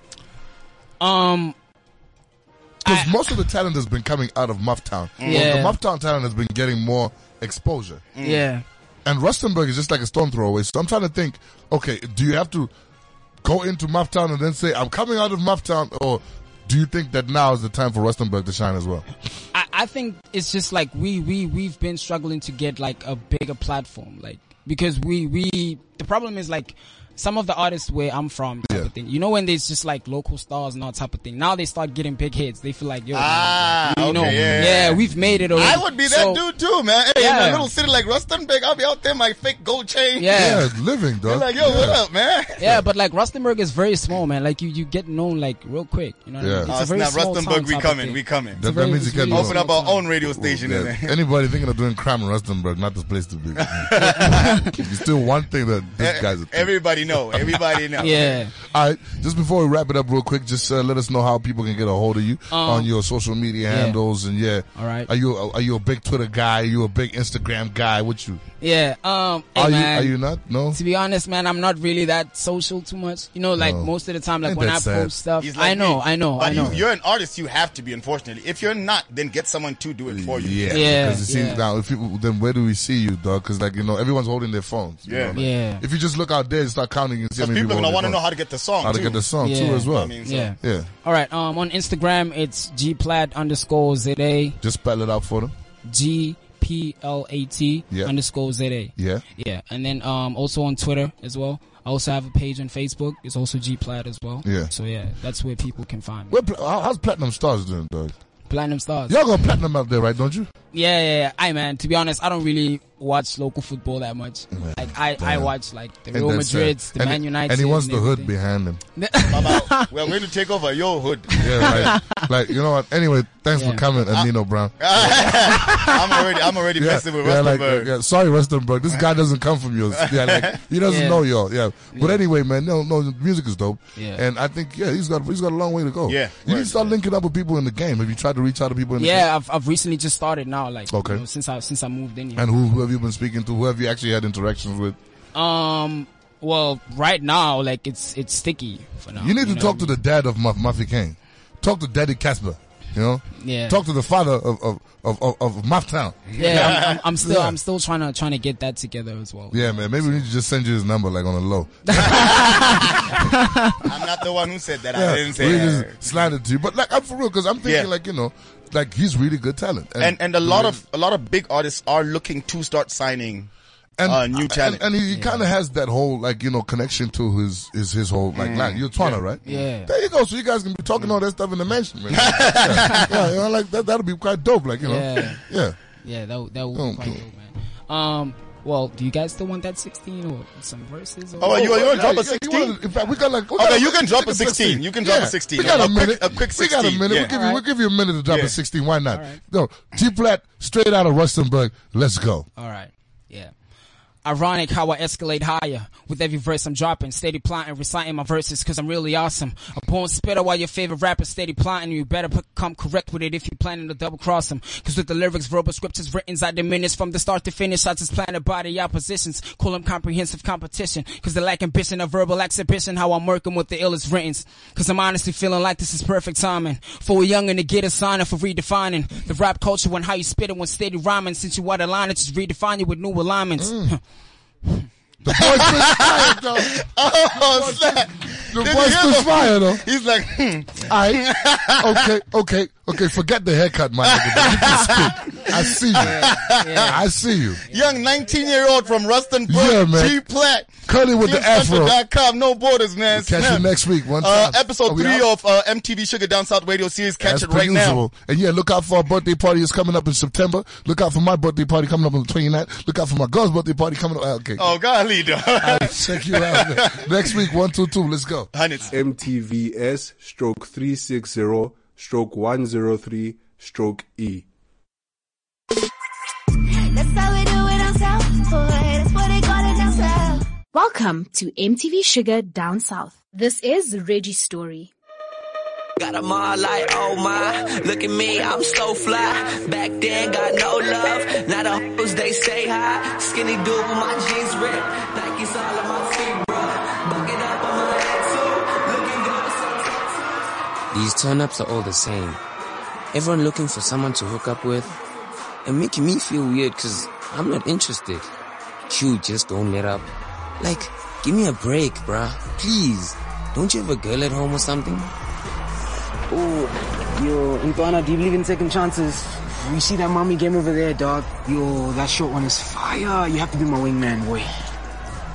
Speaker 7: Um
Speaker 2: Because most of the talent has been coming out of Mufftown.
Speaker 7: Yeah. Mm.
Speaker 2: The Mufftown talent has been getting more exposure.
Speaker 7: yeah.
Speaker 2: And Rustenburg is just like a stone throw away. So I'm trying to think, okay, do you have to go into Mufftown and then say, I'm coming out of Mufftown? Or do you think that now is the time for Rustenburg to shine as well?
Speaker 7: I, I think it's just like we we we've been struggling to get like a bigger platform, like because we we the problem is like some of the artists where I'm from, type
Speaker 2: Yeah.
Speaker 7: of thing. You know when there's just like local stars and all type of thing. Now they start getting big hits. They feel like yo,
Speaker 4: Ah,
Speaker 7: you know,
Speaker 4: okay, yeah.
Speaker 7: we've made it. Already.
Speaker 4: I would be that
Speaker 7: So,
Speaker 4: dude too, man. Hey, in a
Speaker 7: Yeah.
Speaker 4: little city like Rustenburg, I'll be out there, my fake gold chain.
Speaker 7: Yeah.
Speaker 2: Yeah, living,
Speaker 4: Be
Speaker 2: dog.
Speaker 4: like, yo,
Speaker 2: yeah.
Speaker 4: what up, man?
Speaker 7: Yeah, but like Rustenburg is very small, man. Like you, you get known like real quick. You know, what
Speaker 2: Yeah.
Speaker 7: I mean?
Speaker 4: Oh,
Speaker 7: it's a very
Speaker 4: snap,
Speaker 7: small
Speaker 4: Rustenburg,
Speaker 7: town
Speaker 4: we
Speaker 7: type of
Speaker 4: coming,
Speaker 7: thing.
Speaker 4: we coming.
Speaker 2: That,
Speaker 7: very-
Speaker 2: that means you
Speaker 7: it's
Speaker 2: can't
Speaker 7: really
Speaker 2: go-
Speaker 4: Open up our own radio station in
Speaker 2: Yeah.
Speaker 4: there.
Speaker 2: Anybody thinking of doing crime in Rustenburg, not the place to be. There's still one thing that
Speaker 4: Eh,
Speaker 2: this guy's a thief.
Speaker 4: E- Everybody know, everybody know.
Speaker 7: Yeah.
Speaker 2: All right, just before we wrap it up real quick, just uh, let us know how people can get a hold of you on your social media
Speaker 7: Um, yeah.
Speaker 2: handles and yeah.
Speaker 7: All right.
Speaker 2: Are you a, are you a big Twitter guy? Are you a big Instagram guy? What you?
Speaker 7: Yeah. Um. hey,
Speaker 2: are
Speaker 7: man.
Speaker 2: you are you not? No.
Speaker 7: to be honest, man, I'm not really that social too much. You know, like
Speaker 2: No.
Speaker 7: most of the time, like
Speaker 2: Ain't
Speaker 7: when
Speaker 2: that
Speaker 7: I
Speaker 2: sad?
Speaker 7: post stuff,
Speaker 4: He's
Speaker 7: I
Speaker 4: like
Speaker 7: know,
Speaker 4: me.
Speaker 7: I know,
Speaker 4: But
Speaker 7: I know.
Speaker 4: You, you're an artist, you have to be, unfortunately. If you're not, then get someone to do it for you.
Speaker 2: Yeah,
Speaker 7: Yeah,
Speaker 2: because it seems
Speaker 7: yeah.
Speaker 2: now. If you, then where do we see you, dog? Because like you know, everyone's holding their phones. you
Speaker 4: Yeah.
Speaker 2: know, like,
Speaker 7: Yeah.
Speaker 2: If you just look out there and start counting, and see how
Speaker 4: Because
Speaker 2: many
Speaker 4: people
Speaker 2: people
Speaker 4: are gonna
Speaker 2: want
Speaker 4: want to know how to get the song.
Speaker 2: how to
Speaker 4: too.
Speaker 2: get the song
Speaker 7: Yeah.
Speaker 2: too as well.
Speaker 4: I mean, so-
Speaker 7: yeah.
Speaker 2: yeah,
Speaker 7: All right. Um, on Instagram, it's gplat underscore za
Speaker 2: just spell it out for them.
Speaker 7: g p l a t
Speaker 2: Yeah.
Speaker 7: underscore za.
Speaker 2: Yeah.
Speaker 7: Yeah, and then um also on Twitter as well. I also have a page on Facebook. It's also gplat as well.
Speaker 2: Yeah.
Speaker 7: So yeah, that's where people can find me.
Speaker 2: Where, pla- how- how's Platinum Stars doing, dog?
Speaker 7: Platinum Stars.
Speaker 2: Y'all got Platinum out there, right? Don't you?
Speaker 7: Yeah, yeah, yeah. Aye, man. To be honest, I don't really watch local football that much. Like I, I
Speaker 2: Damn.
Speaker 7: watch like the
Speaker 2: And
Speaker 7: Real
Speaker 2: that's, uh,
Speaker 7: Madrids, the
Speaker 2: and-
Speaker 7: Man United,
Speaker 2: And he wants the hood behind him.
Speaker 4: Baba, we're going to take over your hood.
Speaker 2: Yeah, like, like, you know what? Anyway, thanks for
Speaker 7: Yeah.
Speaker 2: coming, Amino Brown.
Speaker 4: I'm already, I'm already
Speaker 2: Yeah,
Speaker 4: messing with
Speaker 2: yeah, like,
Speaker 4: Rustenburg.
Speaker 2: yeah, sorry, Rustenburg. This guy doesn't come from yours. Yeah, like he doesn't
Speaker 7: Yeah.
Speaker 2: know y'all. Yeah, but anyway, man, no, no, the music is dope.
Speaker 7: Yeah.
Speaker 2: and I think yeah, he's got he's got a long way to go.
Speaker 4: Yeah,
Speaker 2: you need
Speaker 4: word,
Speaker 2: to start linking up with people in the game. Have you tried to reach out to people in the game?
Speaker 7: Yeah, I've, I've recently just started now. Like
Speaker 2: Okay.
Speaker 7: you know, since I since I moved in here.
Speaker 2: And who, who have you been speaking to? Who have you actually had interactions with?
Speaker 7: um, well, right now, like it's it's sticky for now.
Speaker 2: You need to
Speaker 7: Oh, know
Speaker 2: talk
Speaker 7: what
Speaker 2: to the dad of Muff, Muffy Kane. Talk to Daddy Casper. You know,
Speaker 7: I mean? yeah. Mm-hmm.
Speaker 2: talk to the father of of of of, of Muff Town.
Speaker 7: Yeah, I'm, I'm, I'm still
Speaker 2: Yeah.
Speaker 7: I'm still trying to trying to get that together as well.
Speaker 2: Yeah, man. Maybe we need to just send you his number, like on a low.
Speaker 4: I'm not the one who said that. I
Speaker 2: Yeah,
Speaker 4: didn't
Speaker 2: we
Speaker 4: say that.
Speaker 2: just slide it to you. But like, I'm for real because I'm thinking
Speaker 4: Yeah.
Speaker 2: like you know, like he's really good talent.
Speaker 4: And and a lot of a lot of big artists are looking to start signing.
Speaker 2: and
Speaker 4: uh, new talent.
Speaker 2: And, and he, kind of has that whole like you know connection to his his his whole like line. You're Twana, right?
Speaker 7: Yeah.
Speaker 2: There you go. So you guys can be talking all that stuff in the mansion, man. yeah. Yeah, you know, like that. That'll be quite dope. Like you know,
Speaker 7: Yeah.
Speaker 2: yeah.
Speaker 7: Yeah, that would- that would
Speaker 2: Oh,
Speaker 7: be quite
Speaker 2: cool.
Speaker 7: dope, man. Um, well, do you guys still want that 16 or some verses? Or
Speaker 4: Oh, you, you want to drop a
Speaker 2: Yeah, you wanna-
Speaker 4: 16?
Speaker 2: In fact, we got like we
Speaker 4: Okay,
Speaker 2: got
Speaker 4: you can drop
Speaker 2: we
Speaker 4: a
Speaker 2: got
Speaker 4: 16. You can drop a 16.
Speaker 2: We got
Speaker 4: A
Speaker 2: a
Speaker 4: quick-
Speaker 2: minute.
Speaker 4: a quick
Speaker 2: We got a
Speaker 4: 16,
Speaker 2: minute.
Speaker 4: yeah.
Speaker 2: We'll, give you,
Speaker 7: Alright.
Speaker 2: we'll give you a minute to drop
Speaker 4: Yeah.
Speaker 2: a 16. Why not?
Speaker 7: Alright.
Speaker 2: No, G flat straight out of Rustenburg. Let's go.
Speaker 7: All right. Yeah. Ironic how I escalate higher. With every verse I'm dropping, steady plotting, reciting my verses, cause I'm really awesome. A born spitter while your favorite rapper steady plotting. You better put, come correct with it if you planning to double cross him. Cause with the lyrics, verbal scriptures, written, I diminish from the start to finish. I just plan to body oppositions, call them comprehensive competition. Cause they lack ambition, a verbal exhibition, how I'm working with the illest writtens. Cause I'm honestly feeling like this is perfect timing. For a youngin' to get a sign up for redefining the rap culture and how you spit it when steady rhyming. Since you out of line, it just redefine you with new alignments.
Speaker 2: The voice was fire, though.
Speaker 4: Oh, snap.
Speaker 2: The
Speaker 4: Did you
Speaker 2: voice
Speaker 4: hear
Speaker 2: was
Speaker 4: the-
Speaker 2: fire, though.
Speaker 4: He's like, hmm,
Speaker 2: I okay, okay, okay. Forget the haircut, my nigga. but you can spit. I see you. I see you.
Speaker 4: young 19 year old from Rustenburg,
Speaker 2: Yeah, man.
Speaker 4: G Platt.
Speaker 2: Curly with the afro.
Speaker 4: Com, no borders, man.
Speaker 2: Catch you
Speaker 4: Snap.
Speaker 2: next week. One
Speaker 4: Uh,
Speaker 2: time. Are
Speaker 4: episode
Speaker 2: we
Speaker 4: three
Speaker 2: out?
Speaker 4: of uh, MTV Sugar Down South Radio series. Catch
Speaker 2: As
Speaker 4: it
Speaker 2: per
Speaker 4: right
Speaker 2: usual. And yeah, look out for our birthday party. It's coming up in September. Look out for my birthday party coming up on the 29th. Look out for my girl's birthday party coming up. Ah, Okay.
Speaker 4: now. Oh, golly, dog.
Speaker 2: Check you out. man. Next week, one, two, two. Let's go.
Speaker 4: Hundreds.
Speaker 8: MTVS stroke 360 stroke 103 stroke E.
Speaker 9: That's how we do it on South Boy. That's what they call it down south.
Speaker 10: Welcome to MTV Sugar Down South. This is Reggie's story.
Speaker 11: Got 'em all like, oh my, look at me, I'm so fly. Back then, got no love. Now the hoes, they stay high. Skinny dude with my jeans ripped. Nikes all on my feet, bro. Buck it up on my head too. Looking good, so
Speaker 6: These turn ups are all the same. Everyone looking for someone to hook up with and making me feel weird because I'm not interested. Q just don't let up. Like, give me a break, bruh. Please. Don't you have a girl at home or something?
Speaker 5: Oh, yo, Intwana, do you believe in second chances? You see that mommy game over there, dog? Yo, that short one is fire. You have to be my wingman, boy.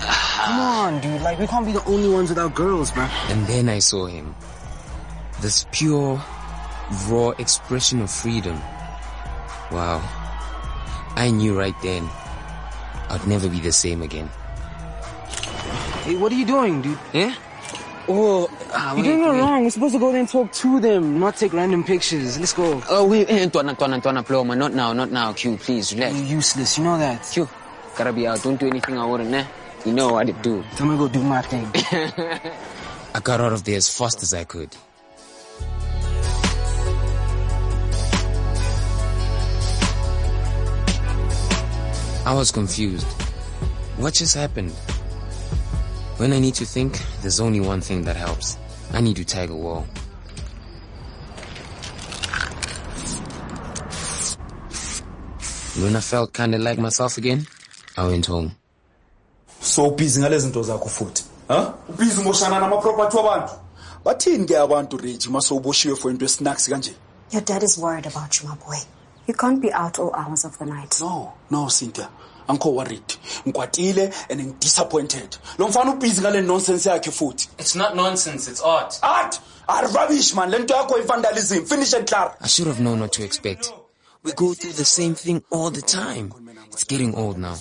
Speaker 5: Come on, dude. Like, we can't be the only ones without girls, man.
Speaker 6: And then I saw him. This pure, raw expression of freedom. Wow. I knew right then I'd never be the same again.
Speaker 5: Hey, what are you doing, dude?
Speaker 6: Yeah? Oh, ah,
Speaker 5: Eh? You're
Speaker 6: wait,
Speaker 5: doing it
Speaker 6: wait.
Speaker 5: wrong. We're supposed to go there and talk to them, not take random pictures. Let's go.
Speaker 6: Oh, wait, eh, Ntwana, Ntwana, Ntwana, Ploma. Not now, not now, Q, please, relax.
Speaker 5: You're useless. You know that.
Speaker 6: Q, gotta be out. Don't do anything I wouldn't, eh? You know what to do.
Speaker 5: So I'm gonna go do my thing.
Speaker 6: I got out of there as fast as I could. I was confused. What just happened? When I need to think, there's only one thing that helps. I need to tag a wall. When I felt kinda like myself again, I went home.
Speaker 11: so ubhizi ngalezi nto zakho futhi ha ubhizi umoshana namaproperty wabantu bathini ke abantu reji masowuboshiwe for into esinaks kanje
Speaker 9: Your dad is worried about you, my boy. You can't be out all hours of the night.
Speaker 11: no no cynthia angikho worried ngikwatile and ngidisappointed lo mfana ubhizi ngale nonsense yakhe futhi Ah,
Speaker 6: It's not nonsense, it's art.
Speaker 11: art arubbish man le nto yakho i-vandalism finish and clar
Speaker 6: I should have known what to expect. We go through the same thing all the time. It's getting old now.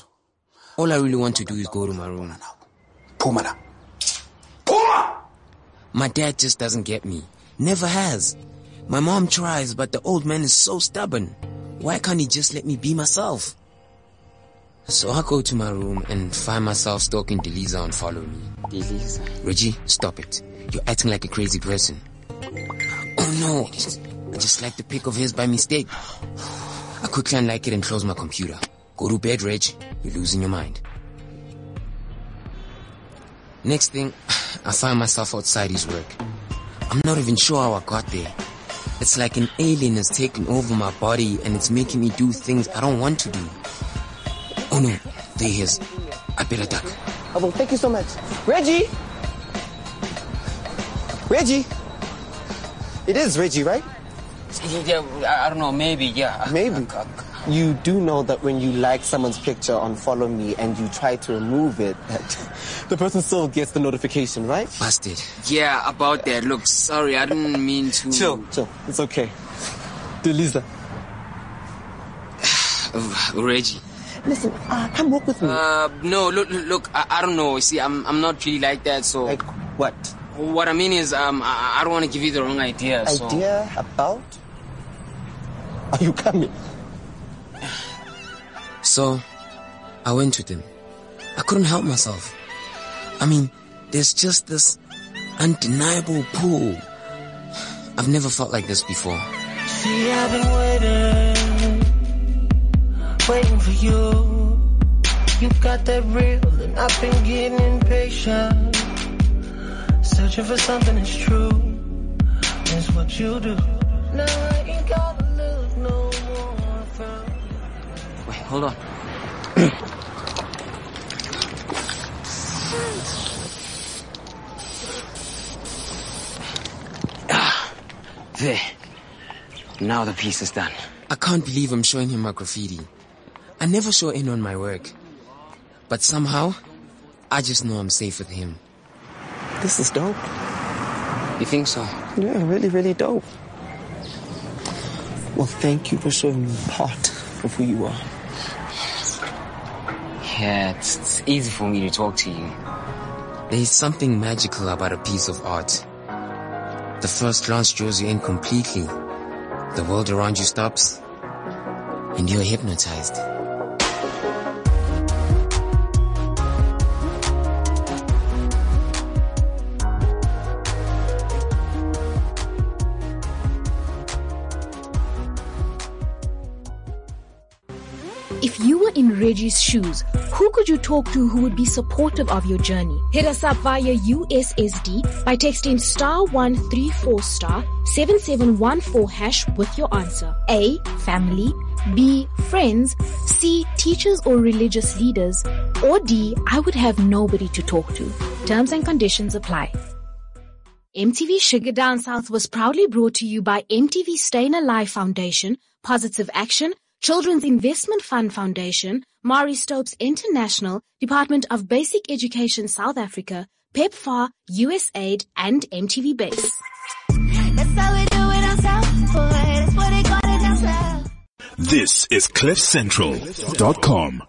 Speaker 6: All I really want to do is go to my room. Puma! Puma! My dad just doesn't get me. Never has. My mom tries, but the old man is so stubborn. Why can't he just let me be myself? So I go to my room and find myself stalking Delisa on Follow Me. Delisa. Reggie, stop it. You're acting like a crazy person. Oh no, I just liked the pic of his by mistake. I quickly unlike it and close my computer. Go to bed, Reg. You're losing your mind. Next thing, I find myself outside his work. I'm not even sure how I got there. It's like an alien has taken over my body and it's making me do things I don't want to do. Oh no, there he is. I better duck.
Speaker 12: Oh, well, thank you so much. Reggie! Reggie! It is Reggie, right?
Speaker 6: Yeah, I don't know, maybe, yeah.
Speaker 12: Maybe. You do know that when you like someone's picture on Follow Me and you try to remove it, that the person still gets the notification, right?
Speaker 6: Busted. Yeah, about that. Look, sorry, I didn't mean to.
Speaker 12: Chill, chill. It's okay. Delisa.
Speaker 6: Uh, Reggie.
Speaker 12: Listen, uh, come walk with me.
Speaker 6: Uh, no, look, look, look, I, I don't know. See, I'm, I'm not really like that, so. Like
Speaker 12: what?
Speaker 6: What I mean is, um, I, I don't want to give you the wrong idea. so-
Speaker 12: Idea about? Are you coming?
Speaker 6: So, I went with him. I couldn't help myself. I mean, there's just this undeniable pull. I've never felt like this before.
Speaker 11: See, I've been waiting, waiting for you. You got that real, and I've been getting impatient. Searching for something that's true. That's what you do. Now I ain't gotta look no more from
Speaker 6: Wait, hold on. Ah, there. Now the piece is done. I can't believe I'm showing him my graffiti. I never show anyone my work. But somehow, I just know I'm safe with him.
Speaker 12: This is dope.
Speaker 6: You think so?
Speaker 12: Yeah, really, really dope. Well, thank you for showing me part of who you are.
Speaker 6: Yeah, it's, it's easy for me to talk to you. There's something magical about a piece of art. The first glance draws you in completely. The world around you stops, and you're hypnotized.
Speaker 10: If you were in Reggie's shoes, who could you talk to who would be supportive of your journey? Hit us up via USSD by texting star 134 star 7714 hash with your answer. A. Family. B. Friends. C. Teachers or religious leaders. Or D. I would have nobody to talk to. Terms and conditions apply. MTV Sugar Down South was proudly brought to you by MTV Staying Alive Foundation, Positive Action, Children's Investment Fund Foundation, Mari Stopes International, Department of Basic Education South Africa, PEPFAR, USAID, and MTV Base.
Speaker 13: That's how we do it on South Boy. That's what they call it down south.
Speaker 1: This is CliffCentral.com.